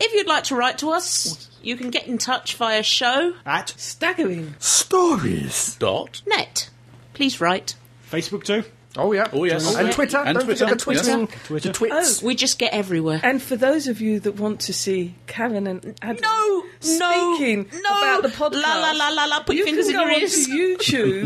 Speaker 3: If you'd like to write to us, you can get in touch via show
Speaker 4: At
Speaker 2: Staggering.
Speaker 5: Stories.
Speaker 1: Dot.
Speaker 3: net. Please write.
Speaker 4: Facebook too.
Speaker 5: Oh, yeah.
Speaker 1: Oh, yes.
Speaker 5: And Twitter.
Speaker 1: And
Speaker 5: Don't forget the
Speaker 1: Twitter,
Speaker 5: tweeting.
Speaker 4: Twitter.
Speaker 5: The twits.
Speaker 3: Oh, We just get everywhere.
Speaker 2: And for those of you that want to see Karen and Adam
Speaker 3: No, no,
Speaker 2: speaking
Speaker 3: no.
Speaker 2: about the podcast,
Speaker 3: La, la, la, la, la, put
Speaker 2: you
Speaker 3: your fingers
Speaker 2: can
Speaker 3: in
Speaker 2: go
Speaker 3: your ears.
Speaker 2: onto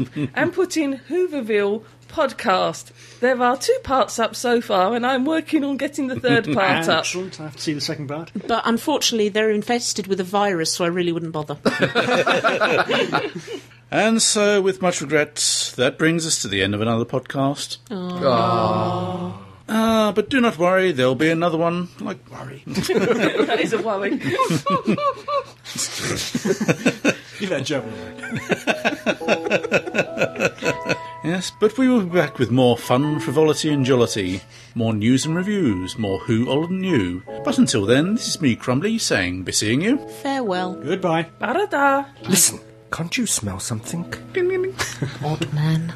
Speaker 2: YouTube and put in Hooverville podcast. There are two parts up so far, and I'm working on getting the third part
Speaker 4: And
Speaker 2: up.
Speaker 4: excellent. I have to see the second part.
Speaker 3: But unfortunately, they're infested with a virus, so I really wouldn't bother.
Speaker 1: And so, with much regret, that brings us to the end of another podcast. Ah, but do not worry, there'll be another one. Like, worry.
Speaker 2: That is a worry.
Speaker 4: Give that German.
Speaker 1: Yes, but we will be back with more fun, frivolity, and jollity, more news and reviews, more who, old and new. But until then, this is me, Crumbly, saying, be seeing you.
Speaker 3: Farewell.
Speaker 4: Goodbye.
Speaker 2: Barada.
Speaker 5: Listen, can't you smell something?
Speaker 3: Odd man.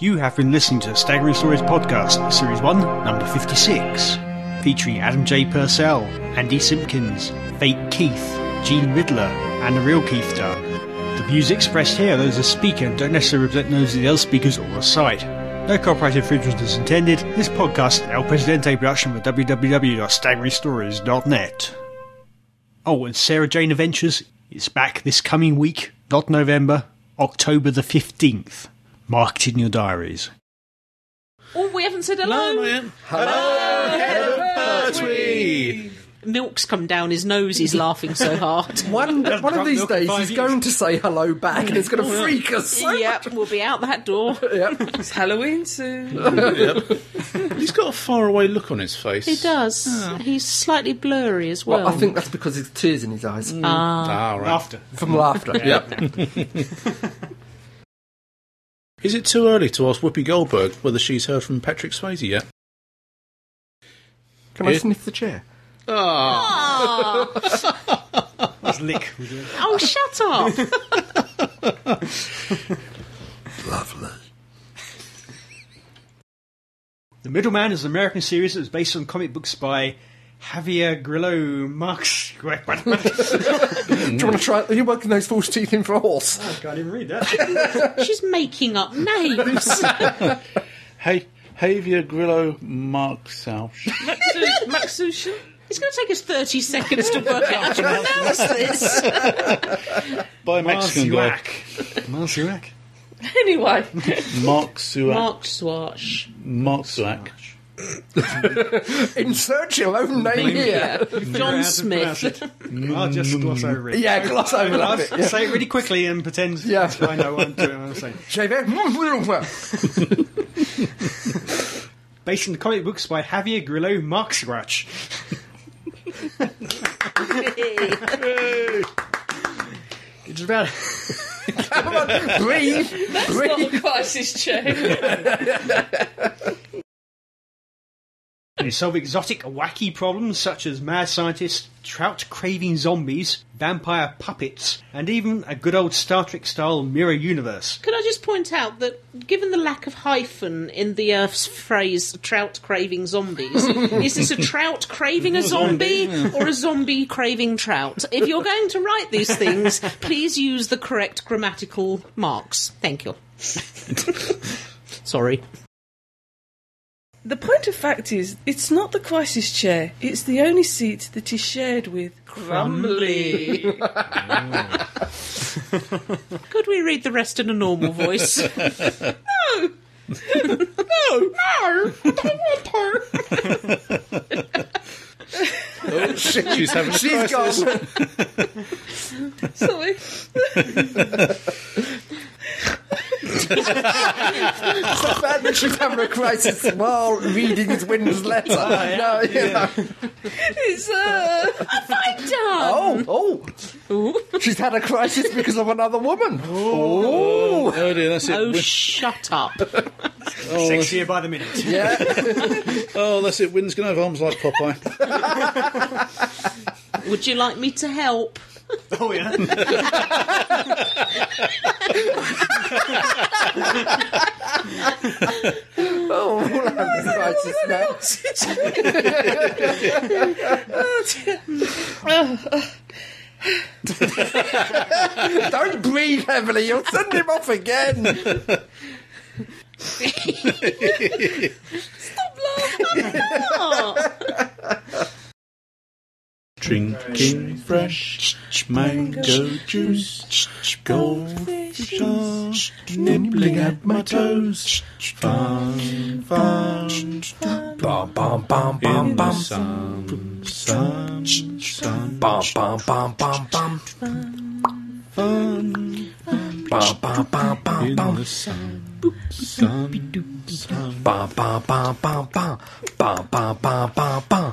Speaker 4: You have been listening to the Staggering Stories Podcast, Series 1, Number 56, featuring Adam J. Purcell, Andy Simpkins, Fake Keith, Gene Riddler, and the real Keith Dunn. The views expressed here, are those of the speaker, don't necessarily represent those of the other speakers or the site. No copyright infringement is intended. This podcast, is an El Presidente production for www.staggeringstories.net. Oh, and Sarah Jane Adventures is back this coming week, not November, October the 15th. Mark it in your diaries.
Speaker 3: Oh, we haven't said hello. Milk's come down his nose. He's laughing so hard.
Speaker 5: One, one of
Speaker 4: drunk
Speaker 5: these
Speaker 4: milk
Speaker 5: days,
Speaker 4: for
Speaker 5: he's
Speaker 4: five years. Oh,
Speaker 5: going to say hello back, and it's going to freak us. so
Speaker 3: yep, we'll be out that door.
Speaker 2: It's Halloween soon.
Speaker 1: He's got a faraway look on his face.
Speaker 3: He does. He's slightly blurry as well.
Speaker 5: Well, I think that's because of the tears in his eyes
Speaker 1: Ah, right.
Speaker 4: After.
Speaker 5: from laughter.
Speaker 1: Is it too early to ask Whoopi Goldberg whether she's heard from Patrick Swayze yet?
Speaker 5: Can I
Speaker 1: It-
Speaker 5: sniff the chair?
Speaker 4: Ah. That's lick.
Speaker 3: Oh, shut up!
Speaker 5: Lovely.
Speaker 4: The Middleman is an American series that was based on comic books by Javier Grillo Marx. I
Speaker 5: Do you want to try? Are you working those false teeth in for a horse?
Speaker 4: can't even read that.
Speaker 3: She's making up names.
Speaker 1: Hey, Javier Grillo Mark South.
Speaker 2: Maxu- Maxusian.
Speaker 3: It's going to take us 30 seconds to work out how to pronounce this.
Speaker 1: By a Mexican guy.
Speaker 4: Marzuak. Marzuak.
Speaker 2: Anyway,
Speaker 1: Mark
Speaker 4: uh,
Speaker 1: Suak.
Speaker 3: Mark Swash.
Speaker 1: Mark Suak.
Speaker 5: Insert your own name here. Mm.
Speaker 3: John Smith.
Speaker 4: I'll just gloss over it.
Speaker 5: Yeah, gloss over
Speaker 4: I'll
Speaker 5: that
Speaker 4: s-
Speaker 5: bit. Yeah.
Speaker 4: say it really quickly and pretend
Speaker 5: Yeah.
Speaker 4: I know what I'm doing. I'm saying.
Speaker 5: Javier.
Speaker 4: Based on the comic books by Javier Grillo Marx Scratch. It's about
Speaker 5: Breathe.
Speaker 2: not a crisis check.
Speaker 4: They solve exotic, wacky problems such as mad scientists, trout craving zombies, vampire puppets, and even a good old Star Trek style mirror universe.
Speaker 3: Could I just point out that given the lack of hyphen in the Earth's phrase trout craving zombies, is this a trout craving a zombie or a zombie craving trout? If you're going to write these things, please use the correct grammatical marks. Thank you. Sorry.
Speaker 2: The point of fact is, it's not the crisis chair. It's the only seat that is shared with Crumbly.
Speaker 3: Could we read the rest in a normal voice? no! no! No! I don't want her!
Speaker 1: Oh, shit, she's having a
Speaker 5: She's
Speaker 1: crisis.
Speaker 5: gone.
Speaker 2: Sorry.
Speaker 5: It's bad that she's having a crisis while reading his Wynn's letter.
Speaker 1: Ah,
Speaker 5: No, you know.
Speaker 2: It's uh,
Speaker 3: I'm done!
Speaker 5: Oh, oh. She's had a crisis because of another woman. Oh.
Speaker 1: Oh dear, that's it.
Speaker 3: Oh,
Speaker 1: Win-
Speaker 3: shut up.
Speaker 4: Sexier by the minute.
Speaker 5: Yeah.
Speaker 1: oh, that's it. Wynn's going to have arms like Popeye.
Speaker 3: Would you like me to help?
Speaker 4: Oh, yeah.
Speaker 5: Oh, we're all having crisis now. Don't breathe heavily. You'll send him off again.
Speaker 1: Drinking fresh mango juice, goldfish are nibbling at my toes. Fun, fun,
Speaker 5: Bum bum bum
Speaker 1: in
Speaker 5: bum
Speaker 1: the
Speaker 5: bum.
Speaker 1: sun, sun, sun,
Speaker 5: Bum bum bum bum bum.
Speaker 1: fun.
Speaker 5: Bum bum bum bum
Speaker 1: In
Speaker 5: bum.
Speaker 1: the sun, sun, sun.
Speaker 5: Bum bum bum bum bum. Bum bum bum bum bum.